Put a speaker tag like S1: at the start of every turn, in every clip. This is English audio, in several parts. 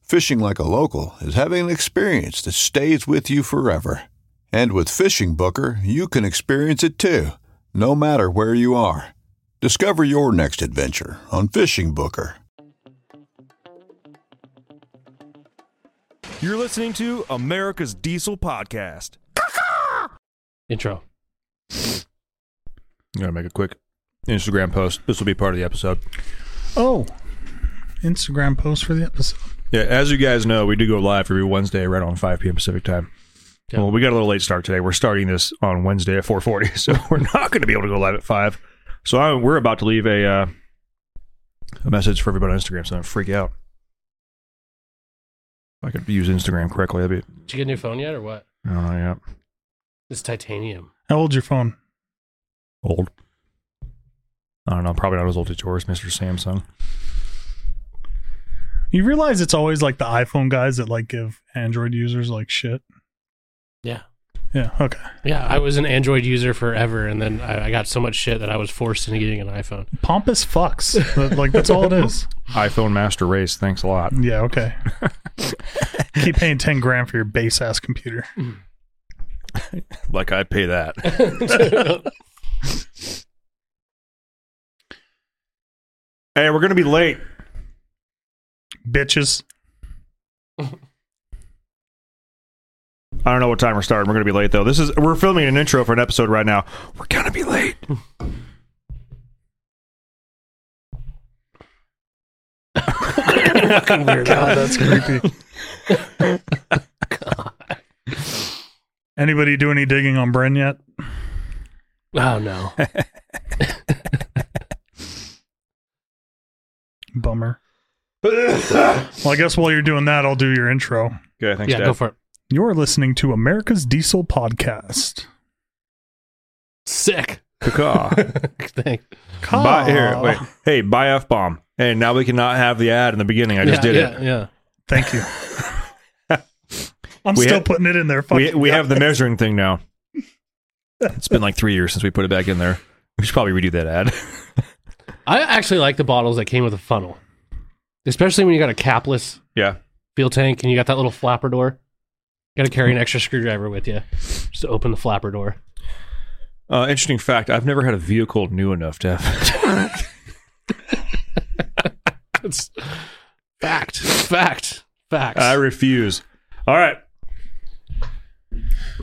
S1: Fishing like a local is having an experience that stays with you forever. And with Fishing Booker, you can experience it too, no matter where you are. Discover your next adventure on Fishing Booker.
S2: You're listening to America's Diesel Podcast.
S3: Intro.
S4: I'm gonna make a quick Instagram post. This will be part of the episode.
S5: Oh, Instagram post for the episode.
S4: Yeah, as you guys know, we do go live every Wednesday right on 5 p.m. Pacific time.
S3: Yeah.
S4: Well, we got a little late start today. We're starting this on Wednesday at 4:40, so we're not going to be able to go live at five. So I, we're about to leave a uh, a message for everybody on Instagram, so don't freak out. If I could use Instagram correctly, that'd be.
S3: Did you get a new phone yet or what?
S4: Oh yeah,
S3: It's titanium.
S5: How old's your phone?
S4: old. I don't know. Probably not as old as yours, Mr. Samsung.
S5: You realize it's always like the iPhone guys that like give Android users like shit.
S3: Yeah.
S5: Yeah. Okay.
S3: Yeah, I was an Android user forever, and then I, I got so much shit that I was forced into getting an iPhone.
S5: Pompous fucks. That- like that's all it is.
S4: iPhone Master Race. Thanks a lot.
S5: Yeah. Okay. Keep paying ten grand for your base ass computer.
S4: Like I pay that. hey, we're gonna be late.
S5: Bitches.
S4: I don't know what time we're starting. We're gonna be late though. This is we're filming an intro for an episode right now. We're gonna be late.
S5: God, that's creepy. Anybody do any digging on Bren yet?
S3: oh no.
S5: Bummer. Well, I guess while you're doing that, I'll do your intro.
S4: Okay, thanks,
S3: yeah,
S4: Dad.
S3: go for it.
S5: You're listening to America's Diesel Podcast.
S3: Sick.
S4: Caw.
S3: Thanks.
S4: Buy- here, wait. Hey, buy F bomb. And now we cannot have the ad in the beginning. I just
S3: yeah,
S4: did
S3: yeah,
S4: it.
S3: Yeah.
S5: Thank you. I'm
S4: We
S5: still
S4: ha-
S5: putting it in there. Fuck
S4: We
S5: you
S4: we
S5: guys.
S4: have the measuring thing now. It's been like three years since we put it back in there. We should probably redo that ad.
S3: I actually like the bottles that came with a funnel, especially when you got a capless
S4: yeah.
S3: fuel tank and you got that little flapper door. Got to carry an extra screwdriver with you just to open the flapper door.
S4: Uh, interesting fact. I've never had a vehicle new enough to have.
S3: It's fact, fact, facts.
S4: I refuse. All right.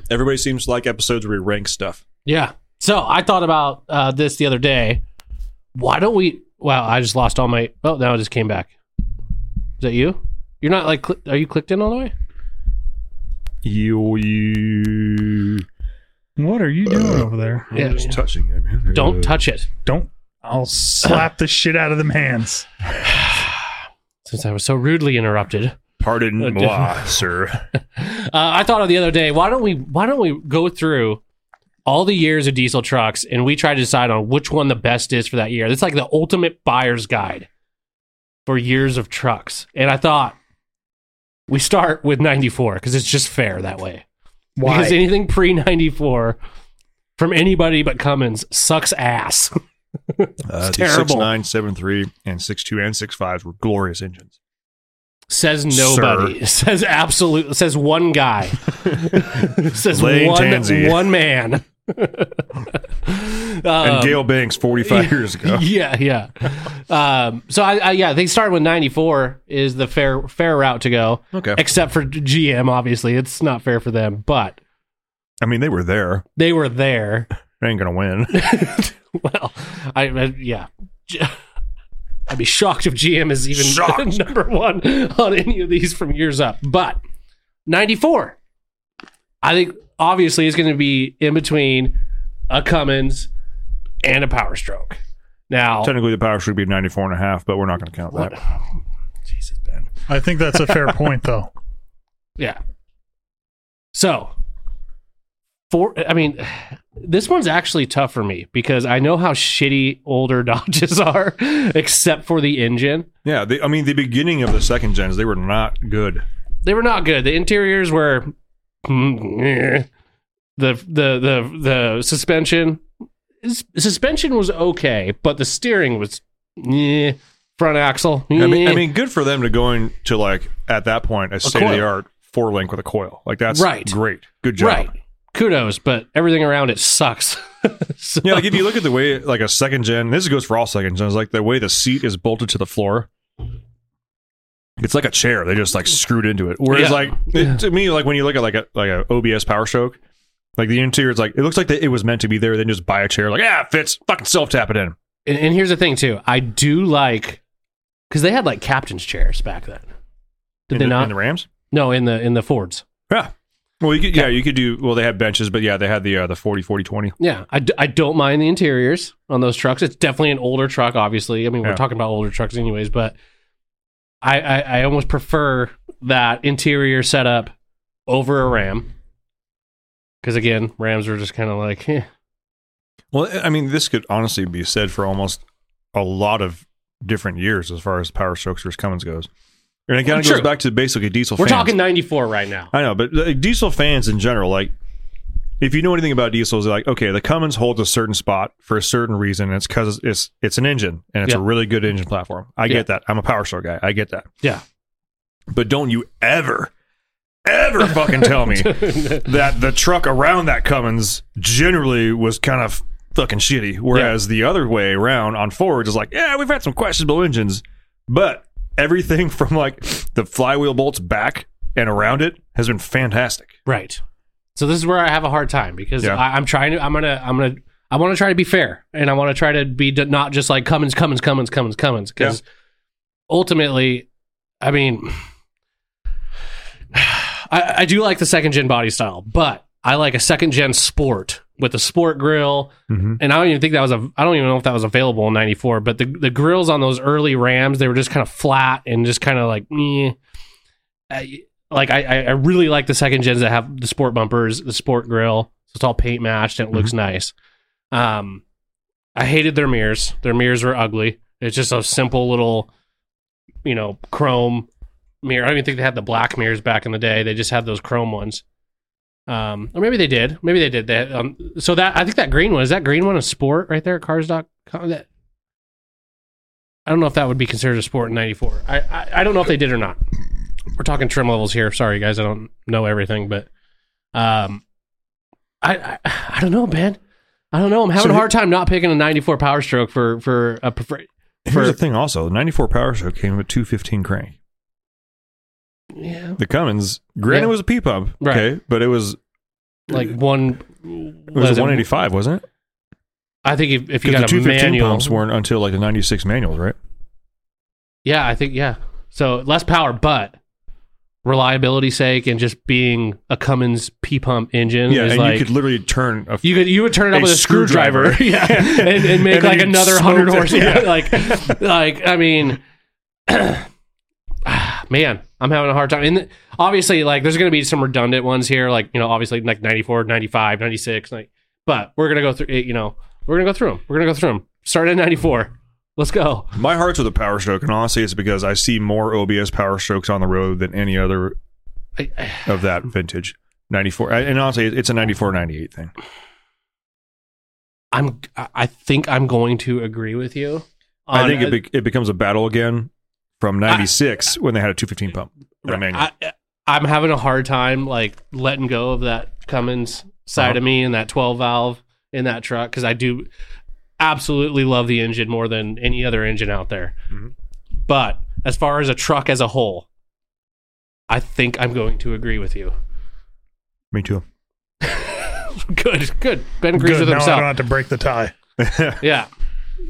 S4: Everybody seems to like episodes where we rank stuff.
S3: Yeah. So I thought about uh, this the other day. Why don't we? Wow, I just lost all my. Oh, now it just came back. Is that you? You're not like. Cli- are you clicked in all the way?
S4: You, you
S5: What are you doing over there?
S3: Yeah,
S4: just
S3: yeah.
S4: touching it. Man.
S3: Don't touch it.
S5: Don't. I'll slap the shit out of them hands.
S3: Since I was so rudely interrupted,
S4: Pardon
S3: Uh,
S4: moi, sir.
S3: uh, I thought of the other day. Why don't we? Why don't we go through all the years of diesel trucks and we try to decide on which one the best is for that year? It's like the ultimate buyer's guide for years of trucks. And I thought we start with '94 because it's just fair that way.
S6: Why?
S3: Because anything pre 94 from anybody but Cummins sucks ass.
S4: Uh, the
S3: terrible.
S4: 69, 73, and 62 and 65 were glorious engines.
S3: Says nobody. Says absolute. Says one guy. says
S4: Lane
S3: one
S4: Tansey.
S3: one man. Um,
S4: and Gail Banks 45 years ago.
S3: Yeah, yeah. um, so I, I, yeah, they started with ninety four is the fair fair route to go.
S4: Okay.
S3: Except for GM, obviously, it's not fair for them, but
S4: I mean, they were there.
S3: they were there.
S4: They ain't going to win.
S3: well, I, I yeah. G- I'd be shocked if GM is even
S4: Shocked.
S3: number one on any of these from years up. But 94, I think obviously it's going to be in between a Cummins and a Power Stroke. Now,
S4: Technically, the power should be 94 and a half, but we're not going to count
S3: what?
S4: that.
S3: Jesus, Ben.
S5: I think that's a fair point, though.
S3: Yeah. So, for I mean, this one's actually tough for me because I know how shitty older Dodges are, except for the engine.
S4: Yeah. They, I mean, the beginning of the second gens, they were not good.
S3: They were not good. The interiors were the the the the suspension s- suspension was okay, but the steering was eh, front axle.
S4: I mean, I
S3: eh.
S4: mean, good for them to going to like, at that point, a state of the art four link with a coil. Like, that's
S3: Right.
S4: great. Good job.
S3: right. Kudos, but everything around it sucks. So-
S4: Yeah, like if you look at the way like a second gen, this goes for all second gens, like the way the seat is bolted to the floor. It's like a chair. They just like screwed into it.
S3: Yeah.
S4: Whereas like it, to me, like when you look at like a like a OBS Power Stroke, like the interior, it's like it looks like that it was meant to be there. Then just buy a chair, like yeah, it fits. Fucking self tap it in.
S3: And, and here's the thing too. I do like because they had like captain's chairs back then. Did
S4: in
S3: they
S4: the,
S3: not?
S4: in the Rams?
S3: no, in the in the Fords.
S4: Yeah. Well, you could, yeah, you could do. Well, they had benches, but yeah, they had the uh, the 40, 40, 20.
S3: Yeah, I, d- I don't mind the interiors on those trucks. It's definitely an older truck, obviously. I mean,
S4: Yeah.
S3: we're talking about older trucks anyways, but I, I I almost prefer that interior setup over a Ram. Because again, Rams are just kind of like, eh.
S4: Well, I mean, this could honestly be said for almost a lot of different years as far as Power Strokes versus Cummins goes. And it kind of
S3: True.
S4: goes back to basically diesel
S3: we're
S4: fans. Uh,
S3: talking 94 right now.
S4: I know, but like, diesel fans in general, like, if you know anything about diesels, like, okay, the Cummins holds a certain spot for a certain reason. And it's because it's it's an engine and it's a
S3: Yeah.
S4: really good engine platform. I
S3: Yeah.
S4: get that. I'm a Power Stroke guy. I get that.
S3: Yeah.
S4: But don't you ever, ever fucking tell me that the truck around that Cummins generally was kind of fucking shitty. Whereas the other way around on Fords is like, yeah, we've had some questionable engines, but everything from like the flywheel bolts back and around it has been fantastic.
S3: Right. So this is where I have a hard time because
S4: Yeah.
S3: I, I'm trying to. I'm gonna. I'm gonna. I want to try to be fair, and I want to try to be d- not just like Cummins, Cummins, Cummins, Cummins, Cummins. Because ultimately, I mean, I, I do like the second gen body style, but I like a second gen sport with a sport grill,
S4: Mm-hmm.
S3: and I don't even think that was a. I don't even know if that was available in '94. But the the grills on those early Rams, they were just kind of flat and just kind of like, eh. I, like I, I- I really like the second gens that have the sport bumpers, the sport grill. So it's all paint matched and it looks nice. Um, I hated their mirrors. Their mirrors were ugly. It's just a simple little, you know, chrome mirror. I don't even think they had the black mirrors back in the day. They just had those chrome ones. Um, or maybe they did. Maybe they did that. Um, so that I think that green one is that green one a sport right there at cars.com. That, I don't know if that would be considered a sport in '94. I, I I don't know if they did or not. We're talking trim levels here. Sorry guys, I don't know everything, but um, I I, I don't know, Ben. I don't know. I'm having
S4: So
S3: a
S4: who-
S3: hard time not picking a '94 Power Stroke for for a prefer-
S4: Here's
S3: For-
S4: the thing also, the 94 Power Stroke came with 215 crank.
S3: yeah
S4: The Cummins, granted
S3: Yeah.
S4: it was a P pump,
S3: Right.
S4: okay, but it was
S3: like one.
S4: Uh, it was a 185, wasn't it?
S3: I think if, if you
S4: Because the
S3: got a
S4: 215
S3: manual,
S4: pumps weren't until like the 96 manuals, right?
S3: Yeah, I think yeah. So less power, but reliability sake and just being a Cummins P pump engine
S4: Yeah,
S3: is
S4: and
S3: like
S4: you could literally turn a
S3: you could you would turn it up
S4: a
S3: with a screwdriver,
S4: screwdriver.
S3: yeah, and, and make
S4: And then
S3: like
S4: you'd
S3: another
S4: smoke
S3: hundred
S4: it.
S3: horse. Yeah.
S4: Yeah.
S3: like like I mean, ah, man, I'm having a hard time. And th- obviously, like there's going to be some redundant ones here, like you know, obviously like 94, 95, 96, like. But we're gonna go through, it, you know, we're gonna go through them. We're gonna go through them. Start at 94. Let's go.
S4: My heart's with a power stroke, and honestly, it's because I see more OBS power strokes on the road than any other
S3: I-
S4: of that vintage. 94. I- And honestly, it's a 94 98 thing.
S3: I'm. I I think I'm going to agree with you.
S4: I
S3: on-
S4: think it, be- it becomes a battle again from 96 when they had a 215 pump. and a manual.
S3: I, I'm having a hard time like letting go of that Cummins side
S4: Uh-huh.
S3: of me and that 12 valve in that truck because I do absolutely love the engine more than any other engine out there.
S4: Mhm.
S3: But as far as a truck as a whole, I think I'm going to agree with you.
S4: Me too.
S3: Good, good. Ben agrees with
S5: Good. Now I don't
S3: himself.
S5: have to break the tie.
S3: Yeah.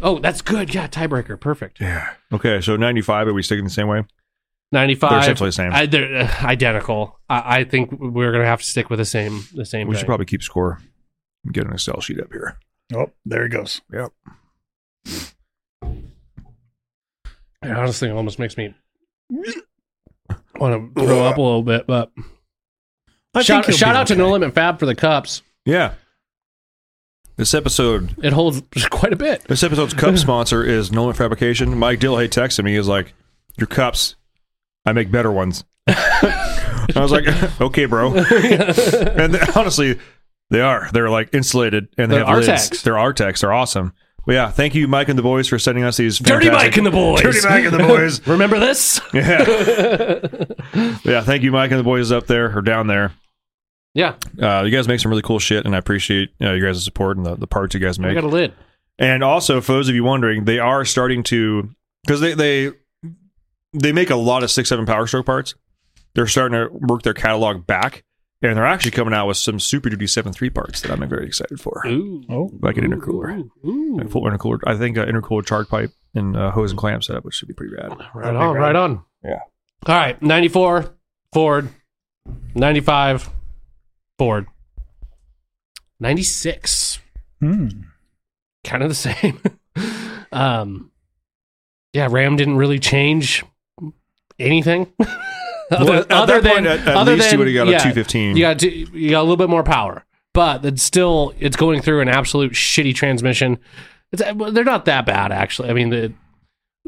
S3: Oh, that's good. Yeah, tiebreaker. Perfect.
S4: Okay, so 95, are we sticking the same way?
S3: 95.
S4: They're essentially the same.
S3: I, they're uh, identical. I, I think we're gonna have to stick with the same. The same.
S4: we
S3: thing.
S4: should probably keep score. Get an Excel sheet up here.
S5: Oh, there he goes.
S3: It honestly almost makes me want to throw up a little bit, but shout,
S5: think he'll
S3: shout
S5: be
S3: out to
S5: okay.
S3: No Limit Fab for the cups.
S4: Yeah. This episode,
S3: It holds quite a bit.
S4: this episode's cup sponsor is Nolan Fabrication. Mike Dillhay texted me. He's like, "Your cups, I make better ones." I was like, "Okay, bro." and they- honestly, they are. They're like insulated and they
S3: They're
S4: have lids.
S3: Artex.
S4: They're Artex. They're awesome. But yeah, thank you, Mike and the boys, for sending us these.
S3: Dirty
S4: fantastic-
S3: Mike and the boys.
S4: Dirty Mike and the boys.
S3: Remember this?
S4: Yeah. yeah. Thank you, Mike and the boys up there or down there.
S3: Yeah,
S4: Uh, you guys make some really cool shit, and I appreciate you, know, you guys' support and the, the parts you guys
S3: we
S4: make.
S3: got a lid.
S4: And also, for those of you wondering, they are starting to because they they they make a lot of six seven power stroke parts. They're starting to work their catalog back, and they're actually coming out with some Super Duty seven three parts that I'm very excited for.
S3: Ooh,
S5: Oh,
S4: Like an intercooler,
S3: Ooh, ooh.
S4: Like full intercooler. I think uh, intercooler charge pipe and uh, hose and clamp setup, which should be pretty rad.
S3: Right on, right on.
S4: Yeah.
S3: All right, ninety four Ford, ninety five Ford, ninety six.
S5: Hmm.
S3: kind of the same. um, yeah, Ram didn't really change anything. other
S4: Well, at that
S3: other
S4: point,
S3: than
S4: at, at
S3: other
S4: least
S3: than,
S4: you would have got
S3: yeah,
S4: a two fifteen.
S3: You got to, you got a little bit more power, but it's still it's going through an absolute shitty transmission. It's, well, they're not that bad actually. I mean, the,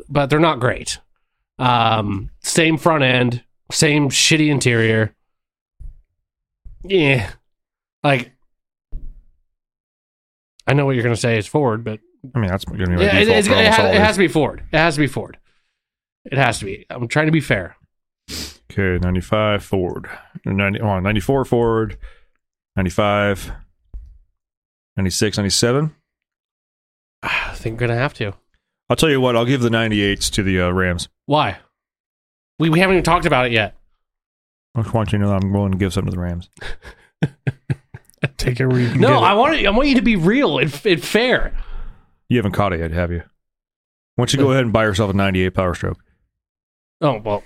S3: but they're not great. Um, same front end, same shitty interior. Yeah, like I know what you're gonna say is Ford, but
S4: I mean, that's going to be my
S3: yeah, it,
S4: default
S3: it's-
S4: for
S3: it
S4: almost
S3: has,
S4: all
S3: it
S4: these.
S3: has to be Ford. It has to be Ford. It has to be. I'm trying to be fair.
S4: Okay, 95 Ford. 90, well, 94 Ford. 95. 96, 97.
S3: I think we're gonna have to.
S4: I'll tell you what, I'll give the 98s to the uh, Rams.
S3: Why? We we haven't even talked about it yet.
S4: I just want you to know I'm willing to give some to the Rams.
S5: Take it where you can
S3: No,
S5: get it.
S3: I want it, I want you to be real and, and fair.
S4: You haven't caught it yet, have you? Why don't you go ahead and buy yourself a 98 Power Stroke?
S3: Oh well.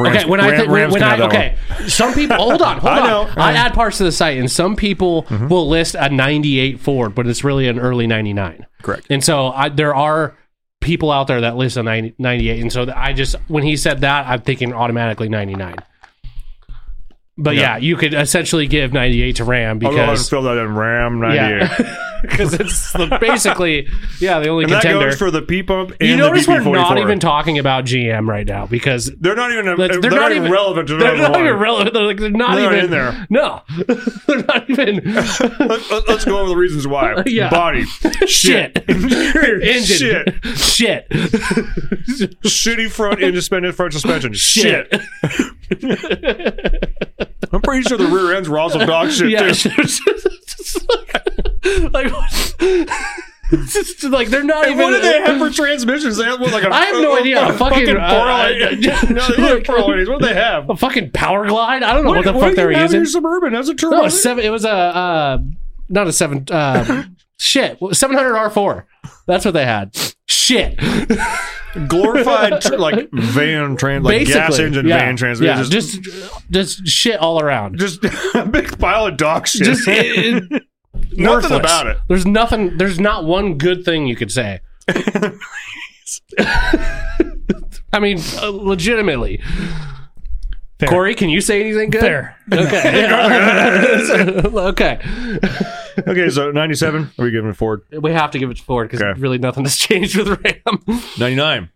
S4: Rams,
S3: okay, when I
S4: Ram-
S3: think when,
S4: Rams
S3: when
S4: can have
S3: I
S4: that
S3: okay, some people hold on, hold
S4: I
S3: on.
S4: know. Mm-hmm.
S3: I add parts to the site, and some people will list a '98 Ford, but it's really an early '99.
S4: Correct.
S3: And so I, there are people out there that list a 90, 98, and so th- I just when he said that, I'm thinking automatically '99. But yeah. you could essentially give '98 to Ram
S4: I'll go ahead and
S3: because
S4: fill that in Ram 98.
S3: yeah, because it's the, basically yeah the only
S4: And that
S3: contender.
S4: goes for the P pump and
S3: you notice
S4: the
S3: we're
S4: BP44.
S3: not even talking about GM right now because
S4: they're not even
S3: that's-
S4: they're, not, even relevant to
S3: They're
S4: number
S3: not
S4: one.
S3: even relevant. They're, like, they're not
S4: They're not
S3: even
S4: in there.
S3: No, they're not even
S4: Let- let- Let's go over the reasons why.
S3: Yeah.
S4: Body.
S3: shit. Engine.
S4: Shit.
S3: Shit.
S4: Shitty front and suspended front suspension. Shit. I'm pretty sure the rear end's raw some dog shit
S3: Yeah.
S4: too.
S3: It's just like, like, what- it's just like they're not even.
S4: What do they have for transmissions? They have what, like a,
S3: I have no
S4: a-
S3: idea.
S4: A,
S3: A fucking-
S4: fucking
S3: uh,
S4: Porrelate.
S3: uh,
S4: no, they have Porrelate. What do they have?
S3: a fucking power glide. I don't know what, the
S4: what
S3: fuck
S4: do
S3: they were
S4: you have
S3: using.
S4: in your suburban? That's a turbo.
S3: No, a seven. It was a uh, not a seven. Uh, shit, seven hundred R four. That's what they had. Shit.
S4: glorified tr- like van trans, like gas
S3: Basically,
S4: engine
S3: yeah,
S4: van transmission.
S3: Yeah,
S4: just,
S3: just just shit all around.
S4: just a big pile of dog shit.
S3: Just it, it-
S4: Nothing
S3: worthless.
S4: about it.
S3: There's nothing. There's not one good thing you could say. I mean, uh, legitimately.
S5: Fair.
S3: Corey, can you say anything good?
S5: Fair.
S3: Okay. Yeah. okay.
S4: okay, so 97. Are we giving it Ford?
S3: We have to give it to Ford because
S4: Okay.
S3: really nothing has changed with Ram.
S4: 99.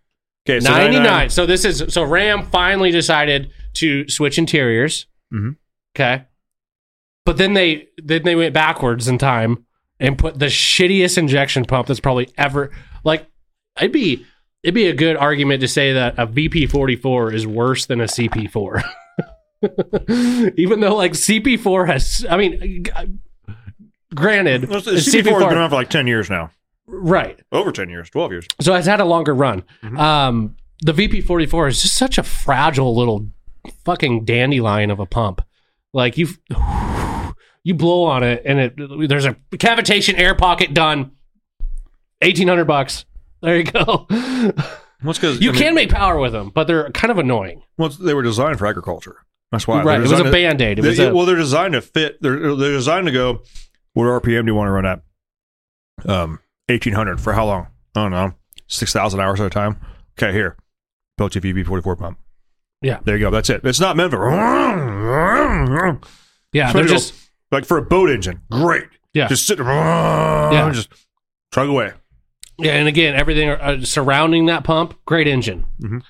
S4: Okay, so
S3: 99. So this is so Ram finally decided to switch interiors.
S4: Mhm.
S3: Okay. But then they then they went backwards in time and put the shittiest injection pump that's probably ever like it'd be it'd be a good argument to say that a VP44 is worse than a CP4. Even though like CP4 has I mean g- granted
S4: CP4
S3: it's
S4: has been around for like 10 years now.
S3: right
S4: Over 10 years, 12 years.
S3: so it's had a longer run.
S4: Mm-hmm.
S3: Um, the VP44 is just such a fragile little fucking dandelion of a pump. Like you, you blow on it, and it there's a cavitation air pocket done. Eighteen hundred bucks. There you go.
S4: Well, it's 'cause,
S3: You
S4: I mean,
S3: can make power with them, but they're kind of annoying.
S4: well, it's- they were designed for agriculture. That's why.
S3: right?
S4: They're
S3: It was a
S4: designed to-
S3: band aid. It
S4: They-
S3: was a,
S4: well, they're designed to fit. They're they're designed to go. What RPM do you want to run at? Um, eighteen hundred for how long? I don't know. Six thousand hours at a time. Okay, here, built your VB forty four pump.
S3: Yeah.
S4: there you go. That's it. It's not meant for.
S3: yeah. They're just
S4: like for a boat engine. Great.
S3: Yeah.
S4: just sit. Yeah, just chug away.
S3: Yeah, and again, everything uh, surrounding that pump, great engine.
S4: Mhm.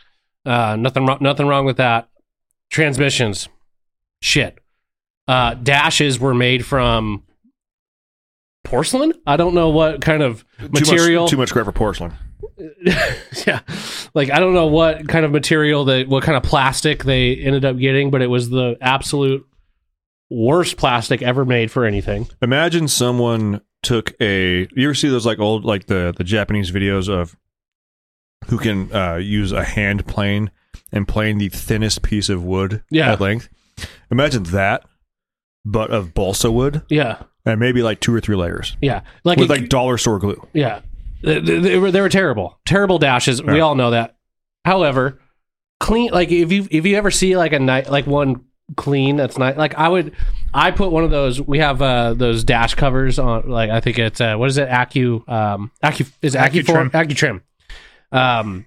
S3: Uh, nothing, wro- nothing wrong with that. Transmissions, shit. Uh, dashes were made from porcelain. I don't know what kind of material.
S4: Too much, too much great for porcelain.
S3: yeah, like I don't know what kind of material that, what kind of plastic they ended up getting, but it was the absolute worst plastic ever made for anything.
S4: Imagine someone took a. You ever see those like old like the the Japanese videos of who can uh, use a hand plane and plane the thinnest piece of wood
S3: Yeah.
S4: at length? Imagine that, but of balsa wood
S3: Yeah,
S4: and maybe like two or three layers
S3: yeah. Like
S4: with
S3: it-
S4: like dollar store glue.
S3: Yeah. They, they- they were, they were terrible. Terrible dashes. We
S4: Yeah.
S3: all know that. However, clean like if you if you ever see like a night like one clean that's nice like I would I put one of those we have uh those dash covers on like I think it's uh what is it Acu um Acu is it Acu Acutrim. Um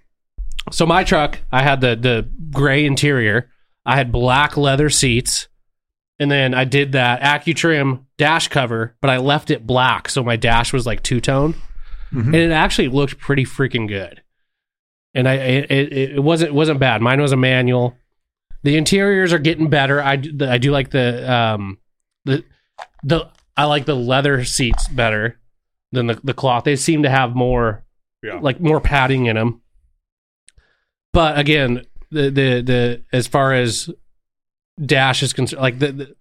S3: so my truck I had the the gray interior. I had black leather seats. And then I did that AccuTrim dash cover, but I left it black, so my dash was like two tone, and it actually looked pretty freaking good. And I it, it, it wasn't wasn't bad. Mine was a manual. The interiors are getting better. I d- I do like the um the the I like the leather seats better than the the cloth. They seem to have more
S4: Yeah.
S3: like more padding in them. But again, the the the as far as dash is concerned, like the, the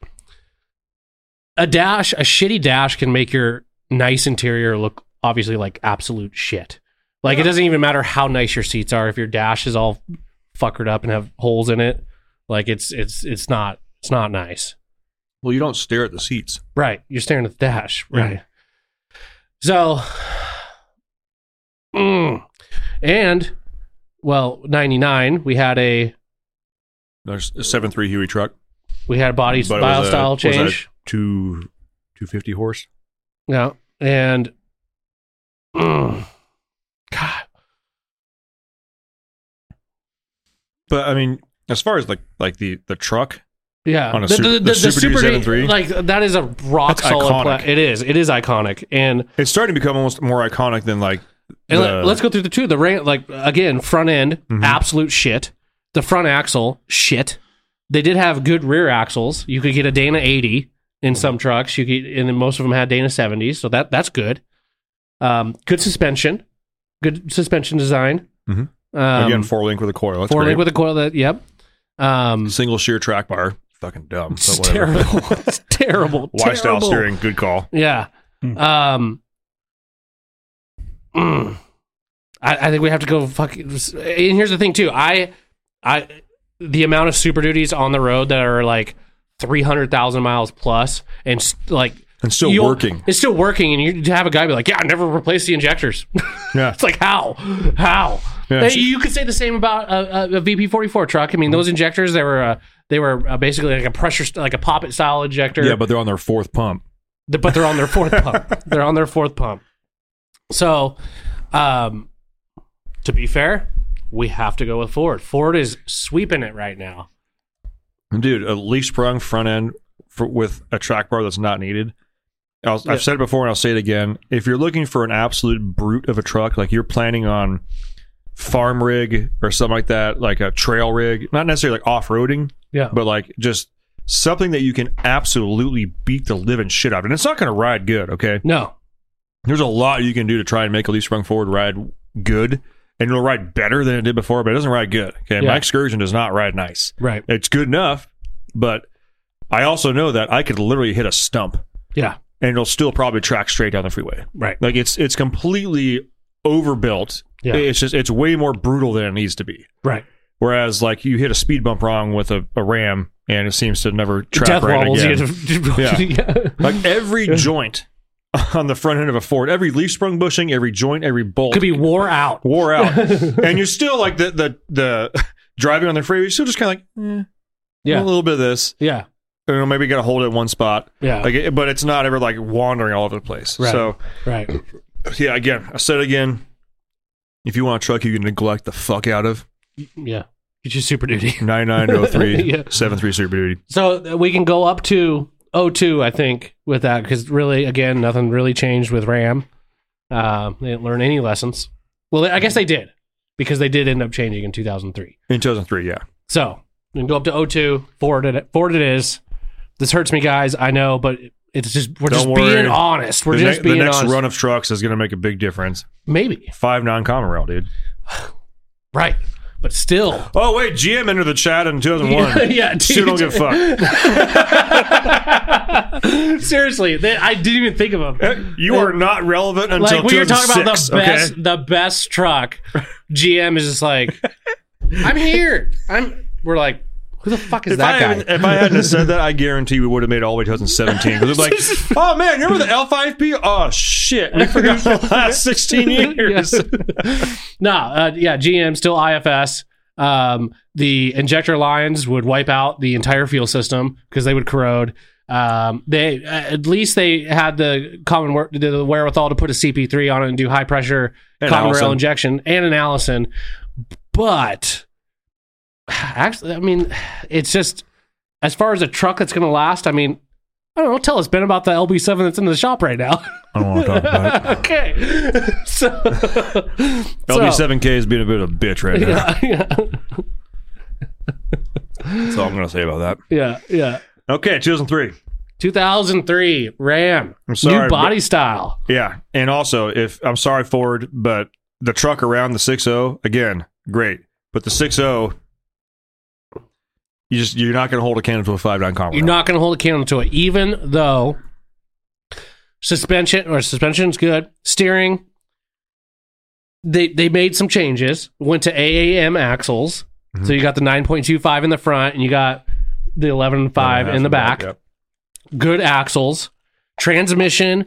S3: a dash, a shitty dash can make your nice interior look obviously like absolute shit. Like it doesn't even matter how nice your seats are if your dash is all fuckered up and have holes in it. Like it's it's it's not it's not nice.
S4: Well, you don't stare at the seats.
S3: Right. You're staring at the dash.
S4: Yeah.
S3: Right. So, Mm. and well, 99, we had a,
S4: There's a seven three Huey truck,
S3: we had a body
S4: But it
S3: style
S4: was a-
S3: style
S4: was that-
S3: change.
S4: two two fifty horse.
S3: Yeah. And, mm. God,
S4: But I mean, as far as like like the the truck,
S3: Yeah,
S4: on a Super- the Super Duty 73?
S3: like that is a rock
S4: That's
S3: solid.
S4: iconic.
S3: pla- it is. It is iconic, and,
S4: it's starting to become almost more iconic than like.
S3: and
S4: the-
S3: let, us go through the two. The ra- like again, front end
S4: Mhm.
S3: absolute shit. The front axle shit. They did have good rear axles. You could get a Dana eighty in some trucks. You could, and then most of them had Dana seventies. So that that's good. Um, good suspension, good suspension design.
S4: Mhm.
S3: Um,
S4: again four link with a coil. That's
S3: four
S4: great.
S3: link with a coil. That yep. Um,
S4: single shear track bar. Fucking dumb.
S3: it's
S4: But whatever.
S3: terrible. it's terrible.
S4: Y style
S3: terrible.
S4: steering. Good call.
S3: Yeah. Um. mm. I, I think we have to go fuck. And here's the thing too. I, I, the amount of Super Duties on the road that are like three hundred thousand miles plus, and s- like
S4: And still
S3: you'll-
S4: working.
S3: It's still working, and you have a guy be like, "Yeah, I never replaced the injectors."
S4: Yeah.
S3: it's like how, how.
S4: Yeah,
S3: Hey,
S4: she-
S3: you could say the same about a, a, a VP44 truck. I mean, those injectors they were uh, they were uh, basically like a pressure st- like a poppet style injector.
S4: Yeah, but they're on their fourth pump.
S3: Th- but they're on their fourth pump. They're on their fourth pump. So, um, to be fair, we have to go with Ford. Ford is sweeping it right now.
S4: Dude, a leaf sprung front end for, with a track bar that's not needed. I'll,
S3: Yeah.
S4: I've said it before and I'll say it again. If you're looking for an absolute brute of a truck, like you're planning on farm rig or something like that, like a trail rig, not necessarily like off roading,
S3: Yeah,
S4: but like just something that you can absolutely beat the living shit out of. And it's not going to ride good, okay?
S3: No.
S4: There's a lot you can do to try and make a leaf sprung forward ride good, and it'll ride better than it did before, but it doesn't ride good, okay?
S3: Yeah.
S4: My excursion does not ride nice.
S3: Right.
S4: It's good enough, but I also know that I could literally hit a stump
S3: Yeah.
S4: and it'll still probably track straight down the freeway.
S3: Right.
S4: Like it's it's completely overbuilt.
S3: Yeah.
S4: It's just it's way more brutal than it needs to be.
S3: Right.
S4: Whereas like you hit a speed bump wrong with a, a ram and it seems to never track
S3: Death
S4: right
S3: wobbles.
S4: again.
S3: You
S4: Yeah.
S3: yeah.
S4: Like every joint on the front end of a Ford, every leaf sprung bushing, every joint, every bolt
S3: Could be wore out.
S4: wore out, and you're still like the the the driving on the freeway. You're still just kind of like eh,
S3: Yeah.
S4: a little bit of this,
S3: Yeah.
S4: you know, maybe got to hold it in one spot.
S3: Yeah.
S4: Like, it- but it's not ever like wandering all over the place.
S3: Right.
S4: So
S3: right.
S4: yeah, again, I said it again. If you want a truck you can neglect the fuck out of,
S3: Yeah. Get your super duty.
S4: 9903
S3: Yeah.
S4: 73 Super Duty.
S3: So uh, we can go up to 02, I think, with that because really, again, nothing really changed with RAM. Uh, they didn't learn any lessons. Well, I guess they did because they did end up changing in 2003.
S4: In 2003, yeah.
S3: So we can go up to 02, forward it, forward it is. This hurts me, guys. I know, but it's just we're
S4: Don't
S3: just
S4: worry.
S3: being honest. We're
S4: the,
S3: just
S4: ne- the
S3: being
S4: next
S3: honest.
S4: run of trucks is going to make a big difference.
S3: Maybe
S4: Five non common rail, dude.
S3: right, but still.
S4: Oh, wait, GM entered the chat in 2001.
S3: yeah, dude.
S4: Still don't give a fuck.
S3: Seriously, they, I didn't even think of them.
S4: You are not relevant until
S3: like when you're talking about the
S4: 2006, okay?
S3: best the best truck gm is just like i'm here i'm we're like who the fuck is
S4: If I,
S3: that guy
S4: hadn't- if I hadn't have said that, I guarantee we would have made it all the way to 2017. Because it's like, oh man, remember the L5P? Oh shit, we forgot the last 16 years.
S3: no uh, yeah gm still ifs um, the injector lines would wipe out the entire fuel system because they would corrode um, they uh, at least they had the common wor- the, the wherewithal to put a cp3 on it and do high pressure
S4: And
S3: common rail
S4: Allison.
S3: injection and an allison but actually i mean it's just as far as a truck that's going to last i mean i don't know tell us ben about the lb7 that's in the shop right now
S4: I don't want to talk about
S3: okay so so-
S4: LB7K is being a bit of a bitch right now.
S3: yeah, yeah,
S4: That's all I'm going to say about that.
S3: yeah, yeah.
S4: Okay, 2003.
S3: 2003 Ram,
S4: I'm sorry, Oh,
S3: new body style.
S4: Yeah. And also, if I'm sorry, Ford, but the truck around the 6.0, again, great. But the 6.0, you just, you're not going to hold a cannon to a 5 down Conrail.
S3: You're not going to hold a candle to it, even though suspension or suspension's good, steering. They they made some changes. Went to AAM axles, so you got the 9.25 in the front, and you got the 11.5 in the back.
S4: Yep.
S3: Good axles, transmission,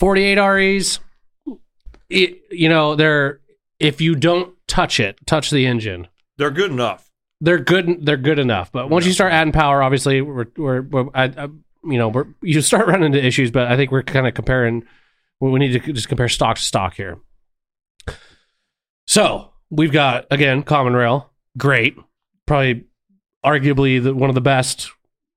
S3: 48 REs. It, you know they're if you don't touch it, touch the engine.
S4: They're good enough.
S3: they're good. They're good enough. But once you start adding power, obviously, we're we're, we're I, I, you know we're you start running into issues. But I think we're kind of comparing. We we need to just compare stock to stock here. So we've got again common rail, great, probably arguably the, one of the best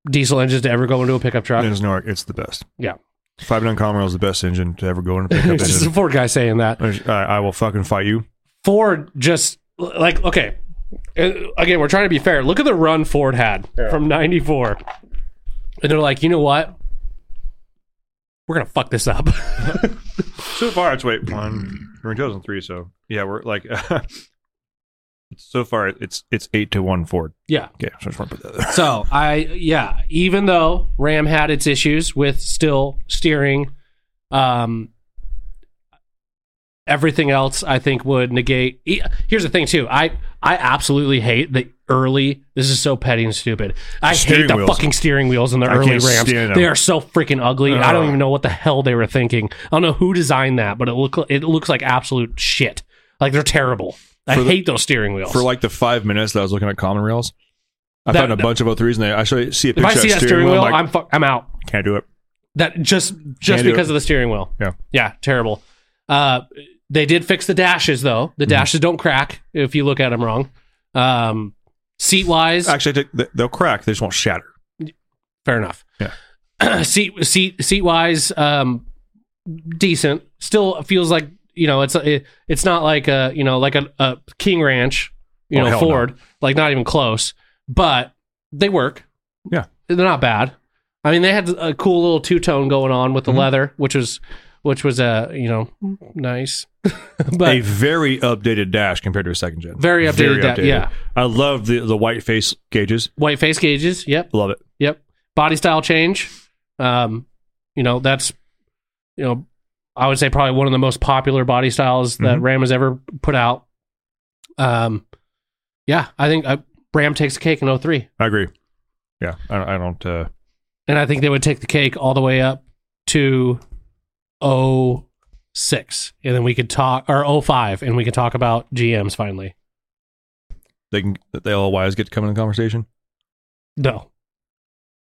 S3: diesel engines to ever go into a pickup truck.
S4: It's, no, it's the best.
S3: Yeah.
S4: Five down Conrail is the best engine to ever go in a pickup
S3: This is a
S4: engine.
S3: Ford guy saying that.
S4: I, I will fucking fight you.
S3: Ford just like okay. Uh, Again, we're trying to be fair. Look at the run Ford had from '94, and they're like, you know what? We're gonna fuck this up.
S4: So far, it's wait one. We're in 2003, so yeah, we're like. so far, it's it's eight to one Ford.
S3: yeah.
S4: Okay, so I just want to put that there.
S3: So I yeah, even though Ram had its issues with still steering, um, everything else I think would negate. e- Here's the thing too. I I absolutely hate the early. This is so petty and stupid. I
S4: Steering
S3: hate the
S4: wheels.
S3: fucking steering wheels in the
S4: I
S3: early
S4: can't
S3: Rams.
S4: stand 'em.
S3: They are so freaking ugly. I
S4: Ugh.
S3: don't even know what the hell they were thinking. I don't know who designed that, but it look it looks like absolute shit. Like they're terrible. I
S4: For the-
S3: hate those steering wheels.
S4: For like the five minutes that I was looking at common rails, I
S3: That-
S4: found a bunch of 03s, and they, I actually see a
S3: if
S4: picture
S3: I see
S4: of
S3: that steering wheel,
S4: I'm like,
S3: I'm fu- I'm out.
S4: can't do it.
S3: That just just
S4: do
S3: because
S4: it.
S3: of the steering wheel.
S4: Yeah.
S3: Yeah, terrible. Uh they did fix the dashes though.
S4: Mm-hmm.
S3: The dashes don't crack if you look at them wrong. Um seat wise,
S4: Actually, they- they- they'll crack. They just won't shatter.
S3: fair enough.
S4: Yeah.
S3: seat seat seat wise um decent. Still feels like, you know, it's it, it's not like a, you know, like a, a King Ranch, you
S4: Oh,
S3: know,
S4: hell no.
S3: Ford, like not even close, but they work.
S4: Yeah.
S3: they're not bad. I mean, they had a cool little two tone going on with the
S4: Mm-hmm.
S3: leather, which was which was uh, you know nice,
S4: a
S3: but
S4: very updated dash compared to a second gen.
S3: Very updated da- yeah.
S4: I love the the white face gauges.
S3: white face gauges. Yep,
S4: Love it.
S3: yep. Body style change. Um, you know that's you know I would say probably one of the most popular body styles that Ram has ever put out. Um, yeah, I think uh, Ram takes the cake in 03.
S4: I agree. Yeah, I, I don't. Uh,
S3: and I think they would take the cake all the way up to 06 and then we could talk or 05 and we could talk about GMs finally.
S4: they can. They all wise get to come in the conversation.
S3: No.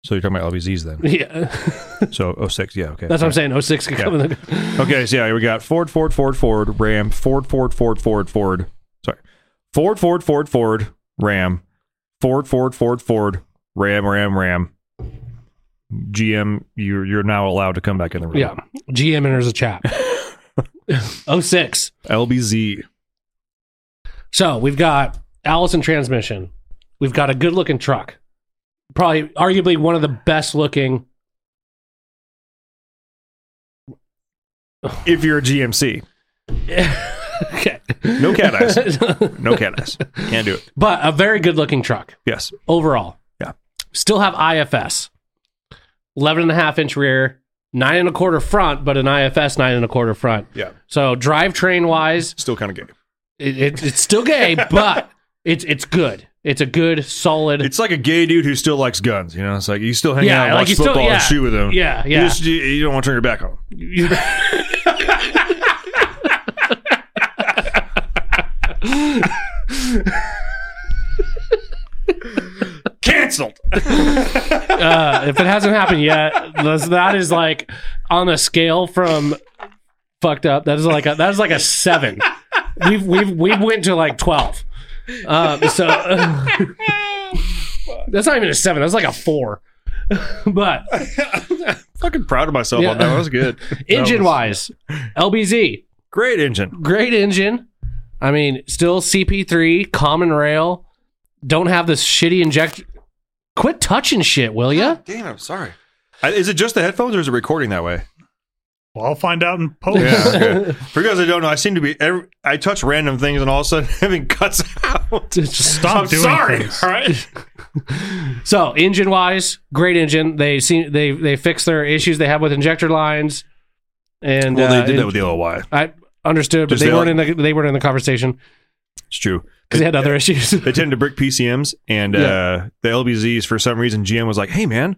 S4: So you're talking about LVZs then?
S3: Yeah.
S4: So 06, yeah, okay.
S3: That's what I'm saying. 06 could
S4: Yeah.
S3: come in the
S4: Okay, so yeah, we got Ford, Ford, Ford, Ford, Ram, Ford, Ford, Ford, Ford, Ford. Sorry, Ford, Ford, Ford, Ford, Ram, Ford, Ford, Ford, Ford, Ram, Ram, Ram. GM, you're you're now allowed to come back in the room.
S3: Yeah. GM enters a chat. 06.
S4: LBZ.
S3: So we've got Allison transmission. We've got a good looking truck. Probably arguably one of the best looking
S4: If you're a GMC,
S3: Okay.
S4: no cat eyes, no cat eyes, can't do it.
S3: but a very good looking truck.
S4: Yes,
S3: overall.
S4: Yeah.
S3: Still have IFS. 11 and a half inch rear, nine and a quarter front, but an IFS nine and a quarter front.
S4: yeah,
S3: So drivetrain wise,
S4: still kind of gay.
S3: it, it, it's still gay, but it's it's good. It's a good, solid.
S4: It's like a gay dude who still likes guns. You know, it's like you still hang
S3: Yeah,
S4: out, and
S3: like
S4: watch
S3: you still-
S4: football,
S3: yeah.
S4: and shoot with him.
S3: Yeah,
S4: You,
S3: yeah.
S4: just, you, you don't want to turn your back on him. Cancelled.
S3: uh, if it hasn't happened yet, that's- that is like on a scale from fucked up. That is like a, that is like a seven. We've we've we've went to like twelve. Um, so that's not even a seven. That's like a four. but
S4: Fucking proud of myself
S3: Yeah.
S4: on that. That was good.
S3: engine
S4: That
S3: wise,
S4: was-
S3: LBZ
S4: great engine.
S3: great engine. I mean, still CP3 common rail. Don't have this shitty inject. Quit touching shit, will ya?
S4: Damn, I'm sorry. I, is it just the headphones, or is it recording that way?
S5: Well, I'll find out in post.
S4: okay. For you guys that don't know, I seem to be. Every, I touch random things, and all of a sudden, everything cuts out.
S3: Just
S5: Stop
S4: I'm
S5: doing
S4: sorry.
S5: things.
S4: All right.
S3: So engine wise, great engine. They seem they they fixed their issues they had with injector lines, and
S4: Well,
S3: uh,
S4: they did
S3: and
S4: that with the LY.
S3: I understood, but
S4: Just
S3: they
S4: they
S3: weren't in the they weren't in the conversation
S4: It's true.
S3: because they had other issues.
S4: They tend to brick PCMs, and uh, the LBZs for some reason, GM was like, "Hey, man,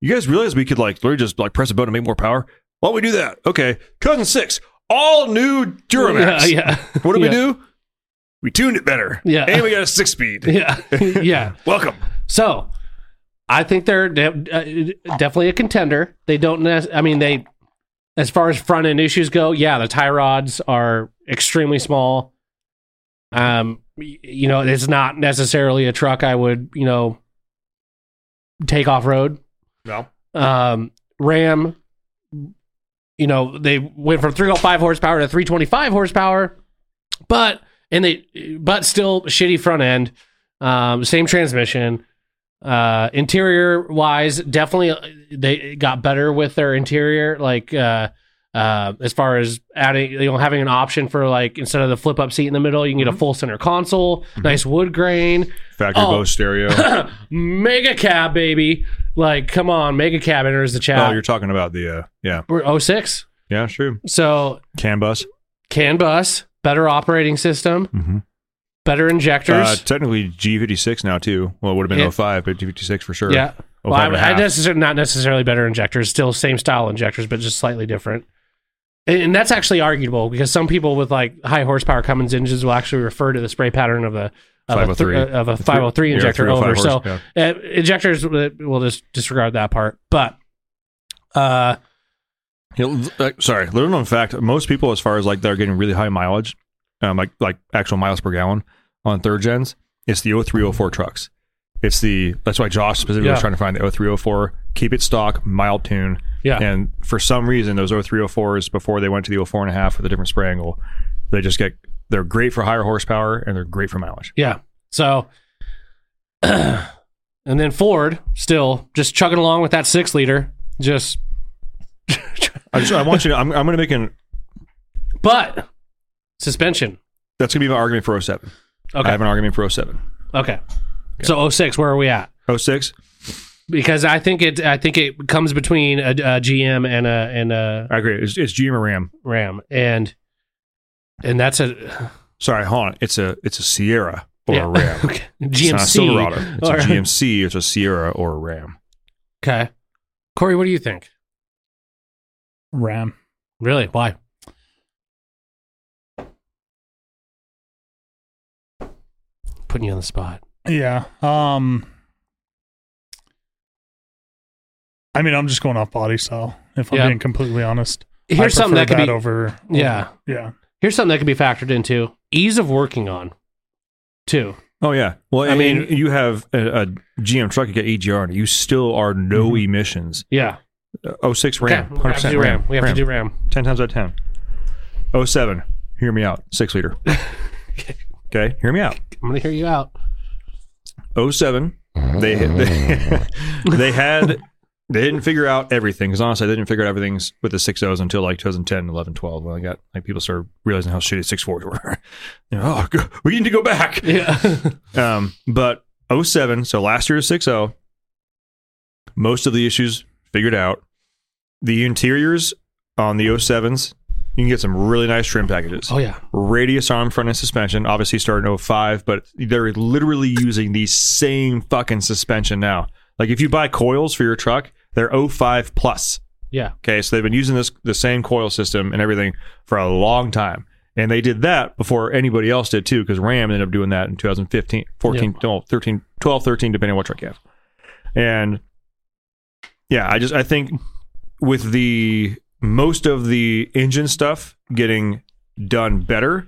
S4: you guys realize we could like literally just like press a button and make more power? Why don't we do that? Okay, cousin six, all new Duramax.
S3: Yeah, yeah,
S4: What do we
S3: Yeah.
S4: do? We tuned it better.
S3: Yeah.
S4: and we got a six speed.
S3: yeah, yeah.
S4: Welcome.
S3: So, I think they're de- uh, definitely a contender. They don't. nec- I mean, they as far as front end issues go, yeah, the tie rods are extremely small. Um, y- you know, it's not necessarily a truck I would you know take off road.
S4: No.
S3: Um, Ram, you know, they went from 305 horsepower to 325 horsepower, but and they but still shitty front end. Um, same transmission. Uh, interior wise, definitely uh, they got better with their interior. Like uh, uh, as far as adding, you know, having an option for like instead of the flip up seat in the middle, you can get
S4: Mm-hmm.
S3: a full center console, nice wood grain,
S4: Factory
S3: Oh.
S4: Bose stereo.
S3: mega cab, baby. Like, come on, mega cab enters the
S4: oh,
S3: chat.
S4: you're talking about the uh, yeah,
S3: We're 06.
S4: yeah, sure.
S3: So
S4: CAN bus.
S3: CAN bus, better operating system,
S4: Mhm.
S3: better injectors.
S4: Uh, technically G56 now too. Well, it would have been
S3: Yeah.
S4: 05, but G56 for sure.
S3: yeah.
S4: 05
S3: Well, I,
S4: and a
S3: I
S4: half.
S3: necessarily, not necessarily better injectors, still same style injectors, but just slightly different. And, and that's actually arguable because some people with like high horsepower Cummins engines will actually refer to the spray pattern of a of a, thr-
S4: 503.
S3: of a 503
S4: Yeah,
S3: injector
S4: three or five
S3: over.
S4: horse,
S3: So
S4: yeah.
S3: uh, injectors, uh, we'll just disregard that part. But uh,
S4: You know, l- like, sorry, little known fact: most people, as far as like they're getting really high mileage, um, like like actual miles per gallon on third gens, it's the 0304 trucks. It's the that's why Josh specifically was
S3: Yeah.
S4: trying to find the 0304. Keep it stock, mild tune.
S3: Yeah.
S4: And for some reason, those 0304s before they went to the 04 and a half with a different spray angle, they just get they're great for higher horsepower and they're great for mileage.
S3: Yeah. So And then Ford still just chugging along with that six liter. Just
S4: I, just, I want you to. I'm, I'm going to make an.
S3: but suspension.
S4: That's going to be my argument for 07.
S3: Okay.
S4: I have an argument for 07.
S3: okay. So 06, where are we at?
S4: 06?
S3: Because I think it I think it comes between a, a GM and a and a
S4: I agree. It's, it's GM or Ram.
S3: Ram and and that's a
S4: Sorry, hold on. It's a it's a Sierra or
S3: yeah.
S4: a Ram.
S3: okay.
S4: It's not a Silverado.
S3: GMC.
S4: It's
S3: Or-
S4: a GMC. It's a Sierra or a Ram.
S3: Okay. Corey, what do you think?
S5: Ram.
S3: Really? Why? Putting you on the spot.
S5: Yeah. Um. I mean, I'm just going off body style. If I'm
S3: Yeah.
S5: being completely honest, I
S3: Here's something
S5: prefer
S3: that could be
S5: over.
S3: Yeah.
S5: Yeah.
S3: Here's something that can be factored into ease of working on, too.
S4: Oh yeah. Well,
S3: I
S4: I mean,
S3: mean-
S4: you have a, a GM truck. You get AGR, and you still are no emissions.
S3: Yeah.
S4: Uh, 06 Ram.
S3: Okay, we have to
S4: 100%
S3: do Ram. We have to do Ram.
S4: 10 times out of 10. 07, hear me out. Six liter. okay, hear me out.
S3: I'm gonna hear you out.
S4: 07, they, they, they had, they didn't figure out everything. Because honestly, they didn't figure out everything with the 6.0s until like 2010, 11, 12. When I got, like, people started realizing how shitty 6.4s were. You know, oh, go- we need to go back.
S3: Yeah.
S4: Um, but 07, so last year's 6.0, oh. most of the issues figured out. The interiors on the 07s, you can get some really nice trim packages.
S3: oh yeah.
S4: Radius arm front end suspension, obviously starting in 05, but they're literally using the same fucking suspension now. Like if you buy coils for your truck, they're 05 plus.
S3: Yeah.
S4: Okay, so they've been using this the same coil system and everything for a long time. And they did that before anybody else did too, because Ram ended up doing that in 2015, 14, 12, 13, 12, 13, depending on what truck you have. And yeah, I just I think with the most of the engine stuff getting done better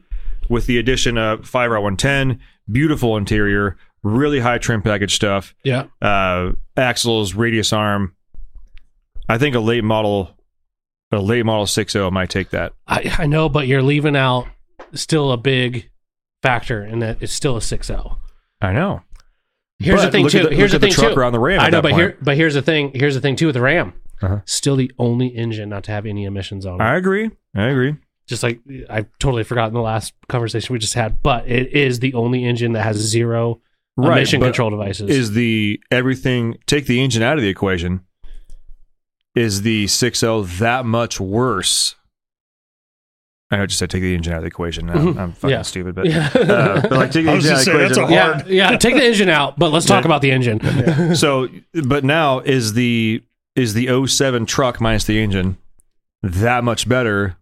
S4: with the addition of 5R110, beautiful interior, really high trim package stuff,
S3: Yeah.
S4: uh, axles, radius arm. I think a late model, a late model 6.0 might take that.
S3: I, I know, but you're leaving out still a big factor in that it's still a 6-0.
S4: I know.
S3: Here's the
S4: But
S3: thing
S4: look
S3: too.
S4: at the-
S3: here's
S4: look
S3: the
S4: at
S3: thing
S4: the truck
S3: too.
S4: around the Ram
S3: I
S4: at
S3: know,
S4: that
S3: but
S4: point.
S3: here, but here's the thing. Here's the thing too with the Ram.
S4: Uh-huh.
S3: Still the only engine not to have any emissions on it.
S4: I agree. I agree.
S3: Just like I've totally forgotten the last conversation we just had, but it is the only engine that has zero emission
S4: but
S3: control devices.
S4: Is the everything take the engine out of the equation? Is the 6.0 that much worse? I know I just said take the engine out of the equation. Now
S3: Mhm.
S4: I'm fucking
S3: Yeah.
S4: stupid, but,
S3: Yeah.
S4: uh, but like take the
S5: I
S4: engine out of
S5: was just
S4: the
S5: saying
S4: equation.
S5: that's a hard.
S3: yeah, yeah. Take the engine out, but let's talk about the engine.
S4: so but now is the is the 07 truck minus the engine that much better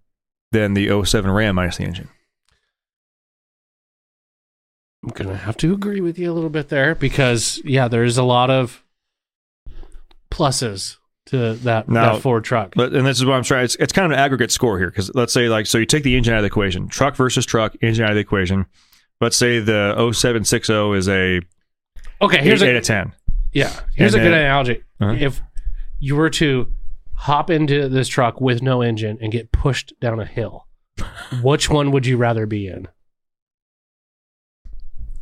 S4: than the 07 ram minus the engine
S3: I'm gonna have to agree with you a little bit there because yeah, there's a lot of pluses to that,
S4: Now-
S3: that Ford truck.
S4: but and this is what i'm trying it's, it's kind of an aggregate score here because let's say like so you take the engine out of the equation truck versus truck engine out of the equation let's say the 0760 is a
S3: okay, here's
S4: 8,
S3: a
S4: out of 10
S3: yeah, here's
S4: And
S3: a good
S4: then-
S3: analogy.
S4: Uh-huh.
S3: If you were to hop into this truck with no engine and get pushed down a hill, which one would you rather be in?